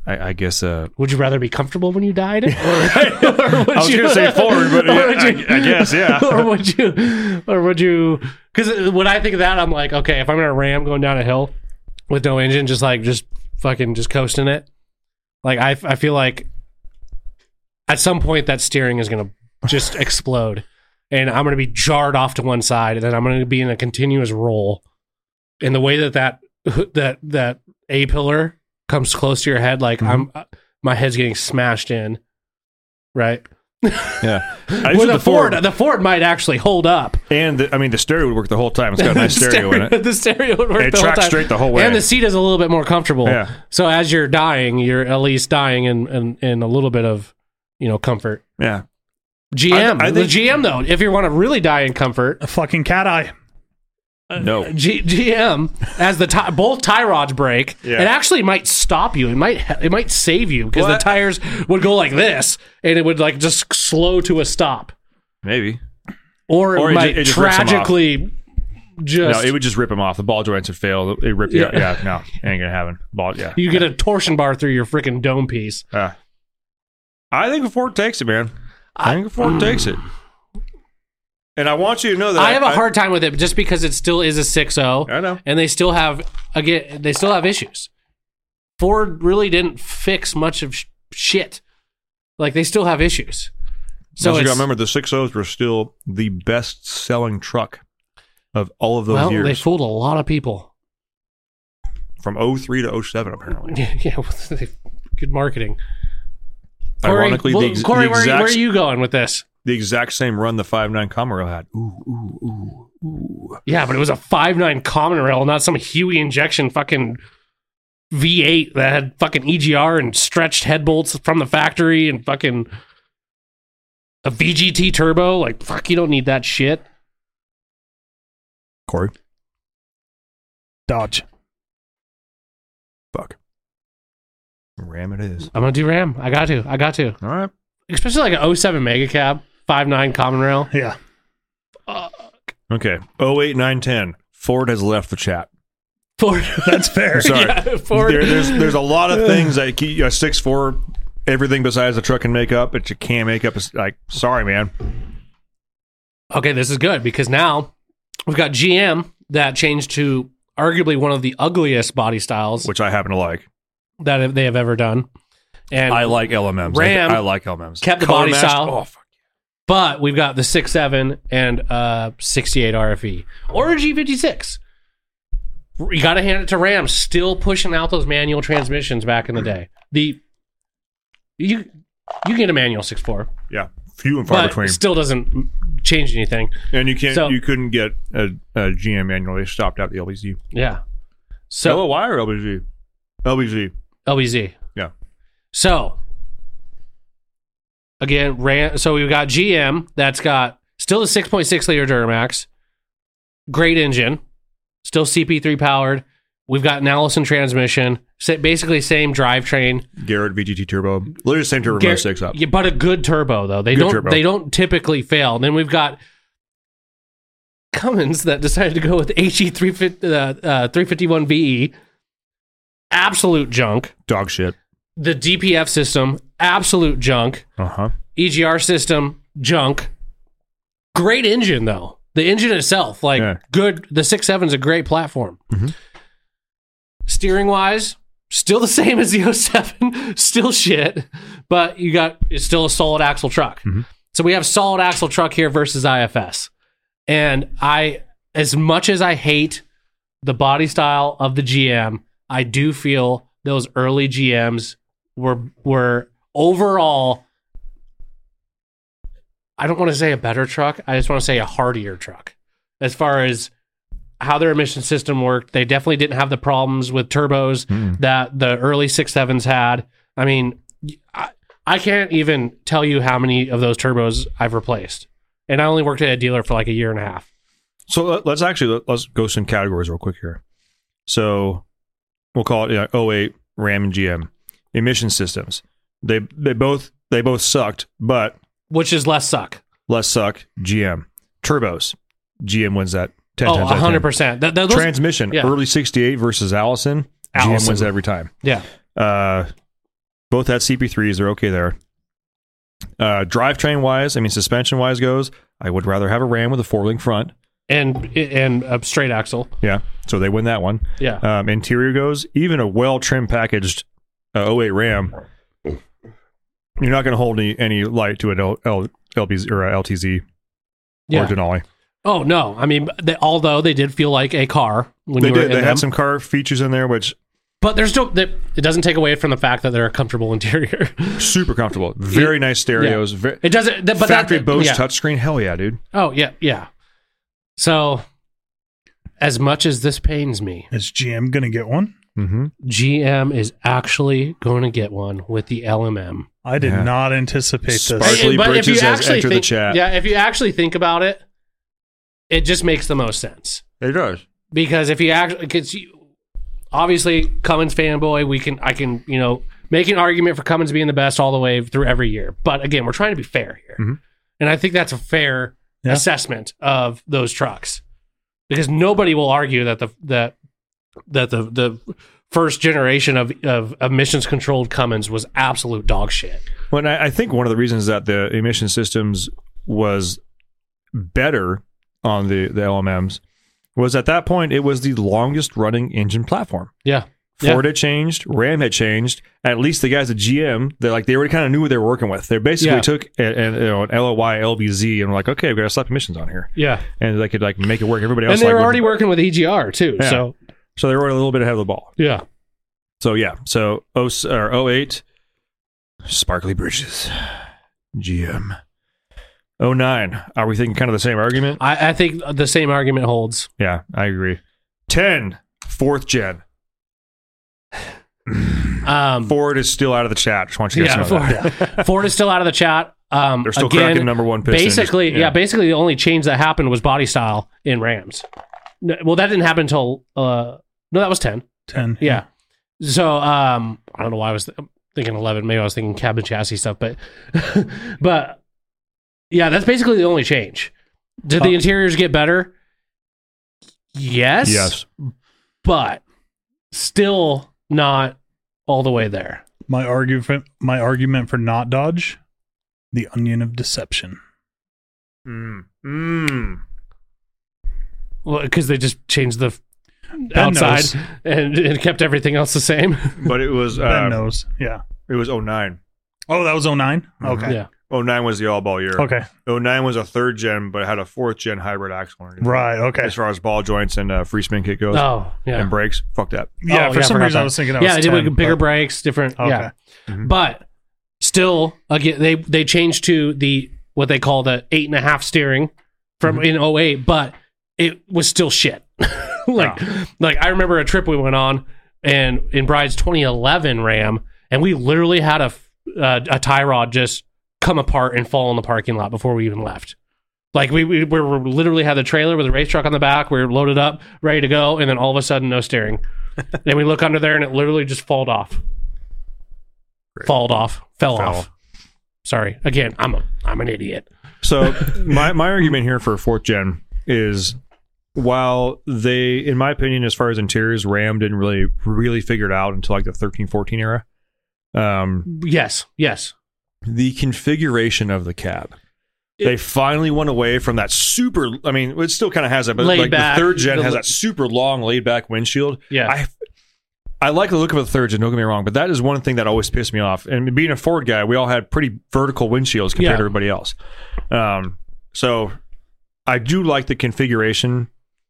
S4: I, I guess uh
S3: Would you rather be comfortable when you died? Or,
S4: I was gonna say forward, but yeah, I- I guess, yeah.
S3: Or would you? Or would you? Because when I think of that, I'm like, okay, if I'm in a ram going down a hill with no engine, just like just fucking just coasting it, like I I feel like at some point that steering is gonna just explode, and I'm gonna be jarred off to one side, and then I'm gonna be in a continuous roll. And the way that that that that a pillar comes close to your head, like
S4: Mm-hmm.
S3: I'm, my head's getting smashed in, right?
S4: yeah I just
S3: Well,
S4: did
S3: the Ford, the Ford might actually hold up.
S4: and the, i mean the stereo would work the whole time it's got a nice
S3: The
S4: stereo in it
S3: The stereo would work
S4: It
S3: the whole
S4: tracks
S3: time.
S4: straight the whole way.
S3: and the seat is a little bit more comfortable.
S4: Yeah.
S3: So as you're dying, you're at least dying in in, in a little bit of you know comfort.
S4: yeah
S3: GM,
S4: I- I
S3: the
S4: think-
S3: GM though, if you want to really die in comfort,
S5: A fucking cat eye.
S3: Uh,
S4: no
S3: G- GM as the ti both tie rods break,
S4: Yeah.
S3: it actually might stop you. It might it might save you because the
S4: What?
S3: tires would go like this, and it would like just slow to a stop,
S4: maybe
S3: or it
S4: Or it ju-
S3: might
S4: it just rips 'em off.
S3: tragically just
S4: No, it would just rip him off. The ball joints would fail. It ripped.
S3: Yeah.
S4: Yeah, yeah, no, ain't gonna happen. Ball, yeah. Uh,
S3: you get a torsion bar through your freaking dome piece.
S4: Ah. I think Ford takes it, man. I think Ford takes it. And I want you to know that
S3: I have a hard time with it just because it still is a 6-0
S4: I know.
S3: and they still have again they still have issues. Ford really didn't fix much of sh- shit. Like they still have issues. So
S4: So you
S3: it's,
S4: got remember the six O's were still the best selling truck of all of those
S3: well,
S4: years
S3: they fooled a lot of people.
S4: from 03 to 07 apparently.
S3: Yeah, yeah well, they- good marketing.
S4: Ironically, the,
S3: well,
S4: ex-
S3: Corey
S4: the
S3: where,
S4: exact
S3: where are you going with this?
S4: the exact same run the 59 Camaro had. Ooh,
S3: Yeah, but it was a five nine common rail, not some Huey injection fucking V8 that had fucking EGR and stretched head bolts from the factory and fucking a VGT turbo. Like, fuck, you don't need that shit.
S4: Corey.
S5: Dodge.
S4: Fuck. Ram it is.
S3: I'm gonna do RAM. I got to. I got to.
S4: All right.
S3: Especially like an 07 mega cab, five nine common rail.
S5: Yeah.
S4: Okay. 08, 9, 10. Ford has left the chat.
S3: Ford.
S5: That's fair.
S4: Sorry.
S3: yeah, Ford.
S4: There, there's there's a lot of things that keep a six four, everything besides the truck can make up, but you can't make up. A, s- like, sorry, man.
S3: Okay, this is good because now we've got GM that changed to arguably one of the ugliest body styles
S4: Which I happen to like.
S3: that they have ever done. And
S4: I like LMMs. I-
S3: Ram
S4: I, like LMMs.
S3: kept the
S4: Color
S3: body
S4: matched-
S3: style.
S4: Oh, fuck.
S3: But we've got the 6.7 and uh, 68 RFE E. or a G56. You got to hand it to Ram, still pushing out those manual transmissions back in the day. The you you can get a manual 6.4,
S4: Yeah. Few and far
S3: but
S4: between.
S3: it still doesn't change anything.
S4: and you can't.
S3: so-
S4: you couldn't get a, a GM manual. They stopped out the LBZ.
S3: Yeah. So
S4: LOY or LBZ? LBZ.
S3: LBZ.
S4: Yeah.
S3: So again, Ram. So we've got GM that's got still the 6.6 liter Duramax, great engine, still CP3 powered. We've got an Allison transmission, sa- basically same drivetrain.
S4: Garrett VGT turbo. Literally the same turbo
S3: Gar-
S4: as six up.
S3: Yeah, but a good turbo though. They
S4: Good
S3: don't
S4: turbo.
S3: they don't typically fail. Then we've got Cummins that decided to go with HE 350, uh, uh, 351 VE, absolute junk.
S4: Dog shit.
S3: the DPF system, absolute junk.
S4: Uh huh.
S3: EGR E system, junk. Great engine though. The engine itself, like
S4: Yeah.
S3: good. The six seven's a great platform. Steering wise, still the same as the 07, still shit, but you got it's still a solid axle truck. So we have solid axle truck here versus IFS. And I, as much as I hate the body style of the GM, I do feel those early GMs were were overall. I don't want to say a better truck. I just want to say a hardier truck. As far as how their emission system worked, they definitely didn't have the problems with turbos
S4: Hmm.
S3: that the early six sevens had. I mean, I, I can't even tell you how many of those turbos I've replaced, and I only worked at a dealer for like a year and a half.
S4: So let- let's actually let- let's go some categories real quick here. So we'll call it yeah, 08 Ram and GM emission systems. They they both they both sucked, but
S3: Which is less suck.
S4: less suck GM turbos. GM wins that ten
S3: Oh,
S4: times. out of 10.
S3: 100%. That, that, those,
S4: Transmission
S3: yeah.
S4: early sixty eight versus Allison. GM
S3: Allison.
S4: wins every time.
S3: yeah.
S4: Uh, both had CP3s. They're okay there. Uh, drivetrain wise, I mean suspension wise goes. I would rather have a Ram with a four link front.
S3: and and a straight axle.
S4: Yeah, so they win that one.
S3: Yeah.
S4: um, interior goes, even a well trim packaged uh, 08 Ram, you're not going to hold any, any light to an L, L, LBZ or a LTZ or
S3: yeah.
S4: Denali.
S3: oh no, I mean, they, although they did feel like a car when
S4: They
S3: you were
S4: did.
S3: in
S4: They
S3: them,
S4: had some car features in there, which
S3: but there's no. They, it doesn't take away from the fact that they're a comfortable interior.
S4: super comfortable. Very nice stereos. Ve-
S3: it doesn't. That, but
S4: factory
S3: that,
S4: Bose
S3: yeah.
S4: touchscreen. Hell yeah, dude.
S3: Oh yeah, yeah. So, as much as this pains me,
S5: Is GM gonna get one?
S4: Mm-hmm.
S3: GM is actually going to get one with the LMM.
S5: I did
S4: Yeah.
S5: not anticipate
S4: Sparkly
S5: this.
S4: Barkley Bridges has entered the
S3: think,
S4: chat.
S3: yeah, if you actually think about it, it just makes the most sense.
S4: It does.
S3: because if you actually because you obviously Cummins fanboy, we can I can you know make an argument for Cummins being the best all the way through every year. But again, we're trying to be fair here,
S4: Mhm.
S3: and I think that's a fair
S5: Yeah.
S3: assessment of those trucks because nobody will argue that the that that the the first generation of, of emissions controlled Cummins was absolute dog shit.
S4: When I, I think one of the reasons that the emission systems was better on the, the LMMs was at that point it was the longest running engine platform.
S3: Yeah. Yeah.
S4: Ford had changed, Ram had changed. At least the guys at GM, they like they already kind of knew what they were working with. They basically
S3: Yeah.
S4: took a, a, you know, an LOY, LBZ, and were like, okay, we've got to slap emissions on here,
S3: Yeah.
S4: and they could like make it work. Everybody
S3: And
S4: else,
S3: they
S4: like,
S3: were
S4: would-
S3: already working with EGR too.
S4: Yeah.
S3: So,
S4: so they were a little bit ahead of the ball.
S3: yeah.
S4: So yeah, so 0, or 08, Sparkly Bridges, GM. 09, are we thinking kind of the same argument?
S3: I, I think the same argument holds.
S4: Yeah, I agree. 10, fourth gen.
S3: Um,
S4: Ford is still out of the chat. Just want you guys
S3: yeah,
S4: to know that.
S3: Ford, Ford is still out of the chat. Um,
S4: They're still
S3: again,
S4: cracking number one piston.
S3: basically,
S4: Just-
S3: yeah. basically the only change that happened was body style in Rams. No, well, that didn't happen until uh, no, that was ten.
S5: Ten.
S3: Yeah. So um, I don't know why I was th- thinking eleven. Maybe I was thinking cabin chassis stuff, but but yeah, that's basically the only change. Did
S4: Uh,
S3: the interiors get better? Yes.
S4: Yes.
S3: but still not all the way there.
S5: My argument, my argument for not Dodge, the onion of deception.
S4: Mm. Mm.
S3: Well, because they just changed the
S5: knows.
S3: outside and, and kept everything else the same.
S4: But it was
S3: Um,
S5: ben
S4: uh,
S5: knows. Yeah.
S4: it was 09.
S5: Oh, that was 09? Okay.
S3: yeah.
S4: 09 was the all ball year.
S5: Okay.
S4: 09 was a third gen, but it had a fourth gen hybrid axle. underneath it.
S5: Right. Okay.
S4: As far as ball joints and uh, free spin kick goes
S3: Oh, yeah.
S4: and brakes, fuck that.
S5: Yeah.
S3: Oh,
S5: for
S3: yeah,
S5: some
S3: forgot
S5: reason,
S3: that.
S5: I was thinking that
S3: yeah,
S5: was
S3: they
S5: 10,
S3: did bigger
S5: but-
S3: brakes, different.
S5: Okay.
S3: Yeah, but still, again, they they changed to the what they call the eight and a half steering from in 08, but it was still shit. like, like I remember a trip we went on, and in Bride's 2011 Ram, and we literally had a f- uh, a tie rod just come apart and fall in the parking lot before we even left. Like we, we we were literally had the trailer with a race truck on the back. We were loaded up, ready to go, and then all of a sudden, no steering. and we look under there, and it literally just falled off. Falled off, fell,
S4: Fell.
S3: off. Sorry, again, I'm a I'm an idiot.
S4: So my, my argument here for fourth gen is while they, in my opinion, as far as interiors, Ram didn't really really figure it out until like the 13, 14 era. Um,
S3: Yes, yes,
S4: the configuration of the cab.
S3: It-
S4: they finally went away from that super. I mean, it still kind of has that, but
S3: Laid
S4: like
S3: back,
S4: the third gen
S3: the-
S4: has that super long, laid back windshield.
S3: yeah.
S4: I I like the look of a third gen. Don't get me wrong, but that is one thing that always pissed me off. And being a Ford guy, we all had pretty vertical windshields compared
S3: Yeah.
S4: to everybody else. Um, so I do like the configuration.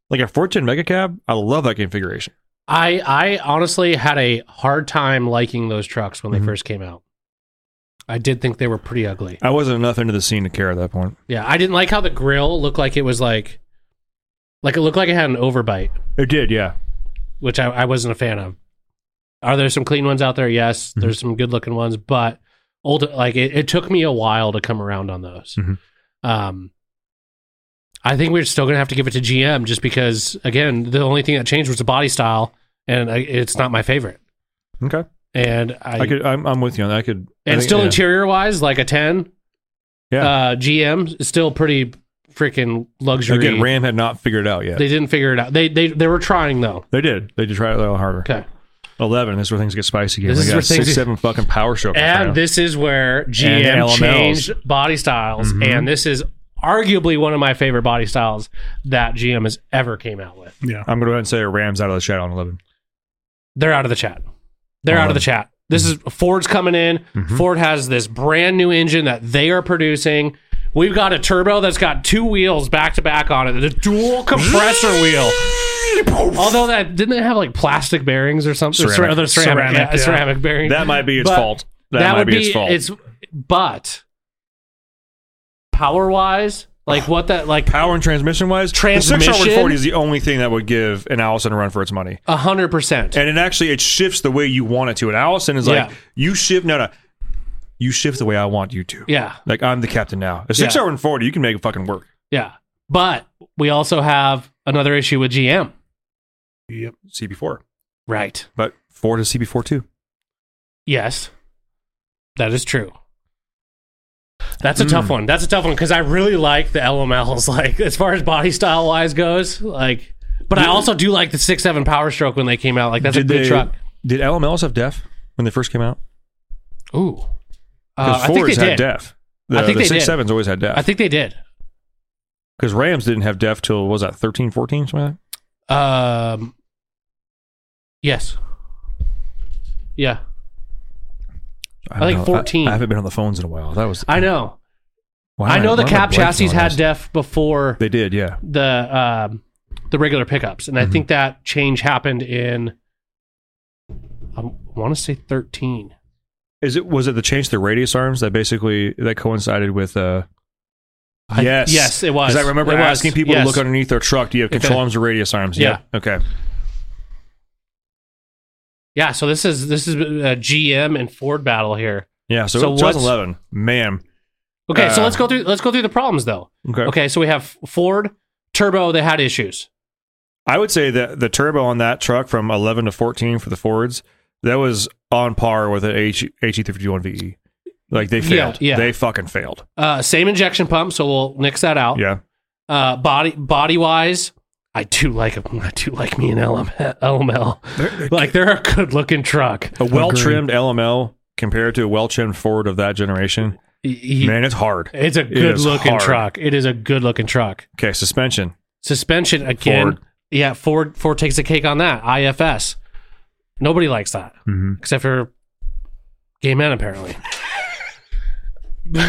S4: Like a Ford gen Mega Cab, I love that configuration.
S3: I I honestly had a hard time liking those trucks when they first came out. I did think they were pretty ugly.
S4: I wasn't enough into the scene to care at that point.
S3: Yeah, I didn't like how the grill looked like it was like like it looked like it had an overbite,
S4: It did, yeah.
S3: which I, I wasn't a fan of. Are there some clean ones out there? Yes,
S4: Mm-hmm.
S3: there's some good looking ones, but old like it, it took me a while to come around on those.
S4: Mhm.
S3: Um I think we're still gonna have to give it to GM just because again, the only thing that changed was the body style and I, it's not my favorite.
S4: Okay,
S3: And
S4: I, could. I'm, I'm with you on that. I could. I
S3: and
S4: think-
S3: still
S4: yeah.
S3: interior wise, like a ten.
S4: Yeah.
S3: Uh, GM is still pretty freaking luxury.
S4: Again, Ram had not figured it out yet.
S3: they didn't figure it out. They they they were trying though.
S4: They did. They did try it a little harder.
S3: Okay.
S4: Eleven. This is where things get spicy again.
S3: This
S4: we
S3: is
S4: got
S3: where
S4: six,
S3: things-
S4: seven fucking power strokes.
S3: And this is where
S4: And
S3: GM
S4: LMLs.
S3: changed body styles,
S4: Mhm.
S3: and this is arguably one of my favorite body styles that GM has ever came out with.
S5: Yeah.
S4: I'm going to go ahead and say Rams out of the chat on eleven.
S3: They're out of the chat. They're out of the chat. This
S4: Mm-hmm.
S3: is Ford's coming in. Ford has this brand new engine that they are producing. We've got a turbo that's got two wheels back to back on it. The dual compressor wheel. Although that didn't it have like plastic bearings or something?
S4: Ceramic.
S3: Ceramic, ceramic,
S5: Ceramic,
S3: yeah,
S5: yeah.
S3: ceramic bearing.
S4: That might be its
S3: But
S4: fault. That, might
S3: would
S4: be, its fault.
S3: but power wise, like what that like
S4: Power and transmission wise, the six
S3: Transmission?
S4: forty is the only thing that would give an Allison a run for its money.
S3: a hundred percent.
S4: And it actually it shifts the way you want it to. And Allison is like,
S3: Yeah.
S4: you shift. No, no, you shift the way I want you to.
S3: Yeah,
S4: Like I'm the captain now. A six
S3: Yeah.
S4: hour and forty, you can make it fucking work.
S3: yeah. But we also have another issue with GM.
S4: CB4,
S3: Right.
S4: but Ford is CB4 too.
S3: Yes, that is true. That's
S4: Hmm.
S3: a tough one. That's a tough one because I really like the LMLs. Like as far as body style wise goes, like. But I also do like the six seven Power Stroke when they came out. Like that's a
S4: Did
S3: good
S4: they-
S3: truck.
S4: Did LMLs have def when they first came out?
S3: Ooh. Uh,
S4: Because
S3: I think
S4: fours
S3: they
S4: had
S3: did.
S4: def. The,
S3: I think
S4: the
S3: they
S4: six
S3: did.
S4: sevens always had
S3: I
S4: def.
S3: think they did.
S4: Because Rams didn't have def till what was that 13, 14, something like that?
S3: Um, yes. Yeah.
S4: I, don't
S3: think
S4: know.
S3: 14.
S4: I, haven't been on the phones in a while. That was
S3: I know.
S4: Wow,
S3: I know the
S4: why am
S3: cab
S4: blanking on
S3: chassis had
S4: this?
S3: def before
S4: They did, yeah.
S3: the um, the regular pickups,
S4: Mm-hmm.
S3: and I think that change happened in I want to say thirteen.
S4: Is it was it the change to the radius arms that basically that coincided with uh
S3: I-
S4: Yes.
S3: yes, it was.
S4: Because I remember
S3: It was,
S4: asking people
S3: yes.
S4: to look underneath their truck. Do you have
S3: Okay.
S4: control arms or radius arms?
S3: Yeah.
S4: Yep. Okay.
S3: Yeah, so this is this is a GM and Ford battle here.
S4: Yeah. So,
S3: So what's-
S4: 2011. Man.
S3: Okay, so
S4: Uh,
S3: let's go through let's go through the problems though.
S4: Okay.
S3: Okay, so we have Ford Turbo. They had issues.
S4: I would say that the turbo on that truck from 11 to 14 for the Fords, that was on par with an H, E HE351VE. Like they failed.
S3: yeah.
S4: They fucking failed.
S3: Uh, same injection pump, so we'll nix that out.
S4: Yeah.
S3: Uh, body body wise, I do like I do like me an LM, LML. like they're a good looking truck.
S4: A well trimmed LML compared to a well trimmed Ford of that generation,
S3: Y- y-
S4: man, it's hard.
S3: It's a
S4: is
S3: good looking
S4: hard.
S3: truck. It is a good looking truck.
S4: Okay. Suspension.
S3: Suspension again.
S4: Ford.
S3: Yeah, Ford Ford takes the cake on that. IFS. Nobody likes that
S4: Mhm.
S3: except for gay men apparently.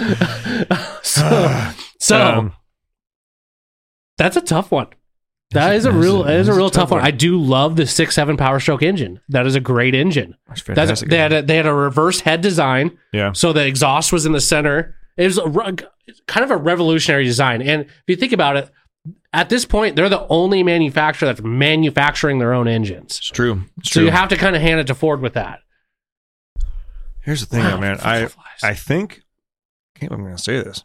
S3: so so
S4: Um,
S3: that's a tough one. That is a real that is a real tough one. I do love the six seven Power Stroke engine. That is a great engine.
S4: That's
S3: That's,
S4: fantastic.
S3: they had a, they had a reverse head design.
S4: yeah.
S3: So the exhaust was in the center. It was a, rug- kind of a revolutionary design. And if you think about it, at this point, they're the only manufacturer that's manufacturing their own engines.
S4: It's true. It's
S3: So
S4: true.
S3: you have to kind of hand it to Ford with that.
S4: Here's the thing,
S3: Wow,
S4: though, man. I
S3: Oh, flies.
S4: I think I can't believe I'm going to say this,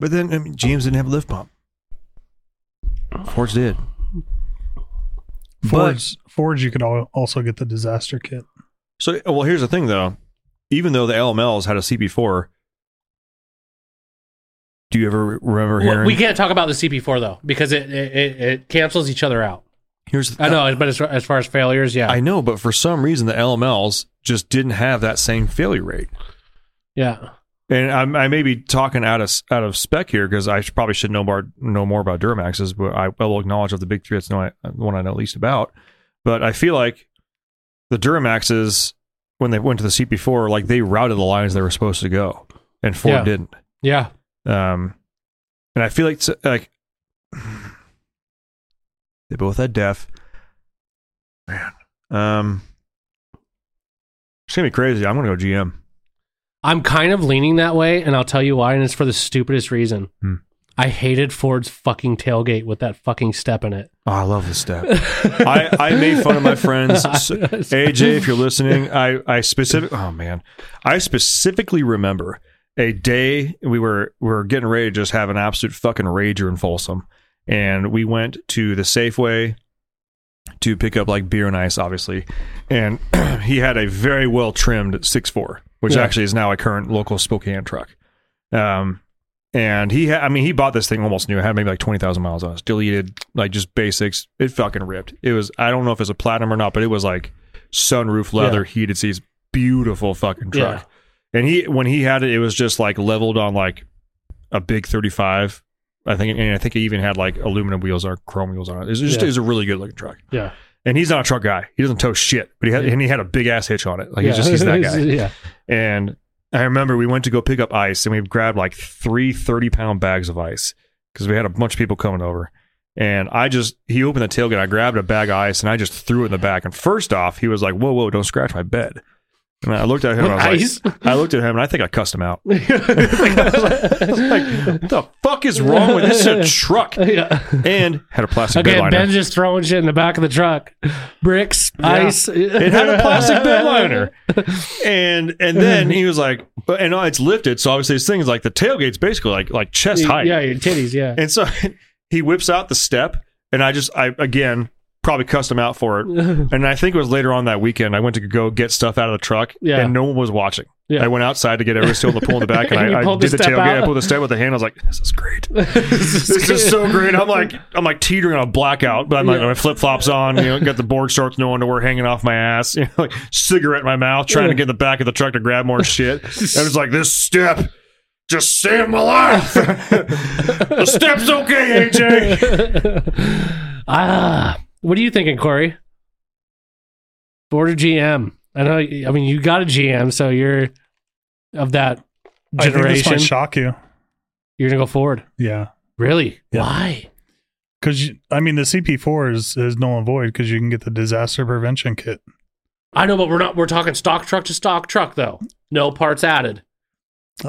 S4: but then I mean, GMs didn't have a lift pump. Fords did.
S5: Fords, Fords, you could al- also get the disaster kit.
S4: So well, here's the thing, though. Even though the LMLs had a CP4, do you ever remember hearing?
S3: We can't talk about the CP4 though because it it, it, it cancels each other out.
S4: here's the,
S3: I know, but as, far- as far as failures, yeah,
S4: Uh, I know, but for some reason the LMLs just didn't have that same failure rate.
S3: yeah.
S4: And I'm, I may be talking out of s- out of spec here because I should, probably should know more know more about Duramaxes, but I will acknowledge of the big three that's the one I- the one I know least about. But I feel like the Duramaxes when they went to the CP4, like they routed the lines they were supposed to go, and Ford
S3: Yeah.
S4: didn't.
S3: Yeah,
S4: Um, and I feel like s- like they both had deaf. Man, um, it's gonna be crazy. I'm gonna go GM.
S3: I'm kind of leaning that way, and I'll tell you why, and it's for the stupidest reason.
S4: Hmm.
S3: I hated Ford's fucking tailgate with that fucking step in it.
S4: Oh, I love this step. I, I made fun of my friends. So- AJ, if you're listening, I, I specific oh man. I specifically remember a day we were we were getting ready to just have an absolute fucking rager in Folsom. And we went to the Safeway to pick up like beer and ice, obviously. And he had a very well trimmed six four, which
S3: Yeah.
S4: actually is now a current local Spokane truck. Um and he had, I mean, he bought this thing almost new. It had maybe like 20,000 miles on it. It's Deleted, like just basics. It fucking ripped. It was, I don't know if it's a platinum or not, but it was like sunroof leather, heated seats, beautiful fucking truck. And he, when he had it, it was just like leveled on like a big 35. I think, and I think it even had like aluminum wheels or chrome wheels on it. It was just,
S3: Yeah.
S4: it was a really good looking truck.
S3: Yeah.
S4: And he's not a truck guy. He doesn't tow shit, but he had, and he had a big ass hitch on it. Like Oh, he's just, he's that guy.
S3: yeah.
S4: And I remember we went to go pick up ice and we grabbed like three 30 pound bags of ice because we had a bunch of people coming over. And I just, he opened the tailgate. I grabbed a bag of ice and I just threw it in the back. And first off, he was like, whoa, whoa, don't scratch my bed. And I looked at him. and I was Like, I looked at him and I think I cussed him out.
S3: yeah.
S4: What the fuck is wrong with this? It's a truck and had a plastic bed
S3: Again,
S4: liner.
S3: Ben's just throwing shit in the back of the truck. Bricks, ice.
S4: It had a plastic bed liner. And and then he was like, but and it's lifted, so obviously this thing is like the tailgate's basically like like chest height.
S3: Yeah, your titties, yeah.
S4: And so he whips out the step, and I just, I again, probably cussed him out for it. And I think it was later on that weekend. I went to go get stuff out of the truck,
S3: Yeah.
S4: and no one was watching.
S3: Yeah.
S4: I went outside to get every still in the pool in the back, and
S3: You
S4: I, I
S3: pulled
S4: did
S3: the
S4: the
S3: step
S4: tailgate.
S3: out.
S4: I pulled the step with the hand. I was like, "This is great. this is so great." I'm like, I'm like teetering on a blackout, but I'm like,
S3: Yeah.
S4: my flip flops on. You know, got the board shorts, no underwear hanging off my ass. You know, like cigarette in my mouth, trying to get in the back of the truck to grab more shit. And it's like this step. Just saved my life. the step's okay, AJ.
S3: ah, what are you thinking, Corey? Border GM. I know. I mean, you got a GM, so you're of that
S5: I think this
S3: generation.
S5: might shock you.
S3: You're gonna go forward.
S5: Yeah.
S3: Really?
S5: Yeah.
S3: Why?
S5: Because, I mean, the CP4 is, is null and void because you can get the disaster prevention kit.
S3: I know, but we're not. We're talking stock truck to stock truck, though. No parts added.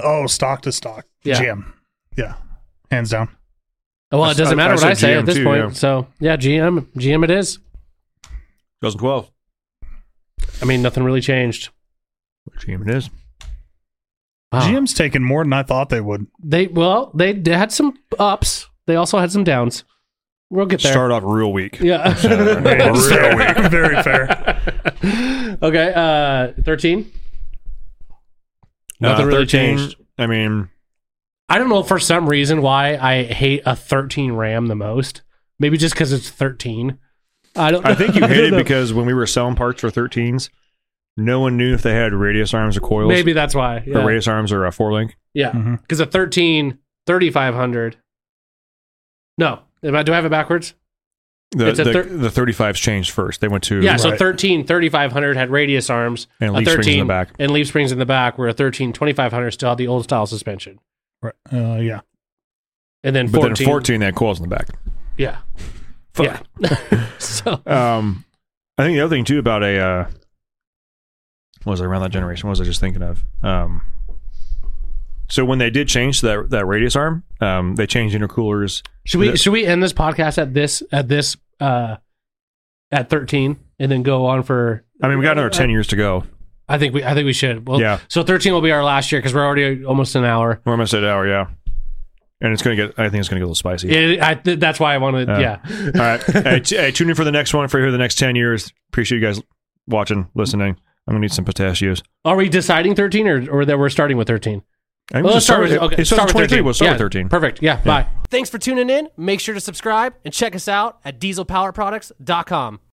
S5: Oh, stock to stock.
S3: Yeah.
S5: Jam. Yeah. Hands down.
S3: Well,
S4: I
S3: it
S4: s-
S3: doesn't
S4: I-
S3: matter
S4: I
S3: what
S4: said
S3: I say
S4: GM
S3: at this
S4: too,
S3: point.
S4: yeah.
S3: So yeah, GM, GM, it is.
S4: 2012.
S3: I mean, nothing really changed.
S4: GM it is.
S3: Wow.
S5: GM's taken more than I thought they would.
S3: They well, they, they had some ups. They also had some downs. We'll get there.
S4: Start off real weak.
S3: yeah.
S4: Real weak.
S5: Very fair.
S3: okay. Uh, thirteen. Nothing
S4: Uh,
S3: really
S4: 13,
S3: changed.
S4: I mean,
S3: I don't know for some reason why I hate a 13 RAM the most. Maybe just because it's 13. I don't.
S4: I think you hate
S3: don't
S4: it
S3: know.
S4: because when we were selling parts for 13s, no one knew if they had radius arms or coils.
S3: maybe that's why.
S4: Or
S3: Yeah, Mm-hmm.
S4: radius arms or a four link.
S3: yeah.
S5: Mhm.
S3: Because a 13 3500. No, Am I- do I have it backwards?
S4: The,
S3: It's a
S4: the,
S3: thir-
S4: the 35s changed first. They went to
S3: yeah. So
S5: right.
S3: 13 3500 had radius arms.
S4: And
S3: a
S4: leaf
S3: 13
S4: springs in the back.
S3: and leaf springs in the back. Where a 13 2500 still had the old style suspension.
S5: Right. Uh, yeah.
S3: And then
S4: but
S3: 14.
S4: then 14 they had coils in the back.
S3: Yeah.
S4: Fuck.
S3: Yeah. so
S4: Um, I think the other thing too about a uh, what was I around that generation? What was I just thinking of? Um, so when they did change that that radius arm, um, they changed intercoolers.
S3: Should we
S4: The-
S3: should we end this podcast at this at this uh at thirteen and then go on for
S4: I mean, we got another 10 years to go.
S3: I think we I think we should. Well,
S4: Yeah.
S3: So thirteen will be our last year because we're already almost an hour.
S4: We're almost at an hour, yeah. And it's gonna get. I think it's gonna get a little spicy.
S3: It, I, th- that's why I wanted.
S4: Uh,
S3: yeah.
S4: All right. Hey, t- hey, tune in for the next one for here the next 10 years. Appreciate you guys watching, listening. I'm going to need some pistachios.
S3: Are we deciding thirteen or or that we're starting with thirteen?
S4: I
S3: Well,
S4: think we'll
S3: let's start with
S4: it-
S3: okay.
S4: It starts
S3: start
S4: with
S3: with
S4: 23.
S3: 13.
S4: We'll start
S3: yeah,
S4: with 13.
S3: Perfect. Yeah, Bye. Thanks for tuning in. Make sure to subscribe and check us out at DieselPowerProducts.com.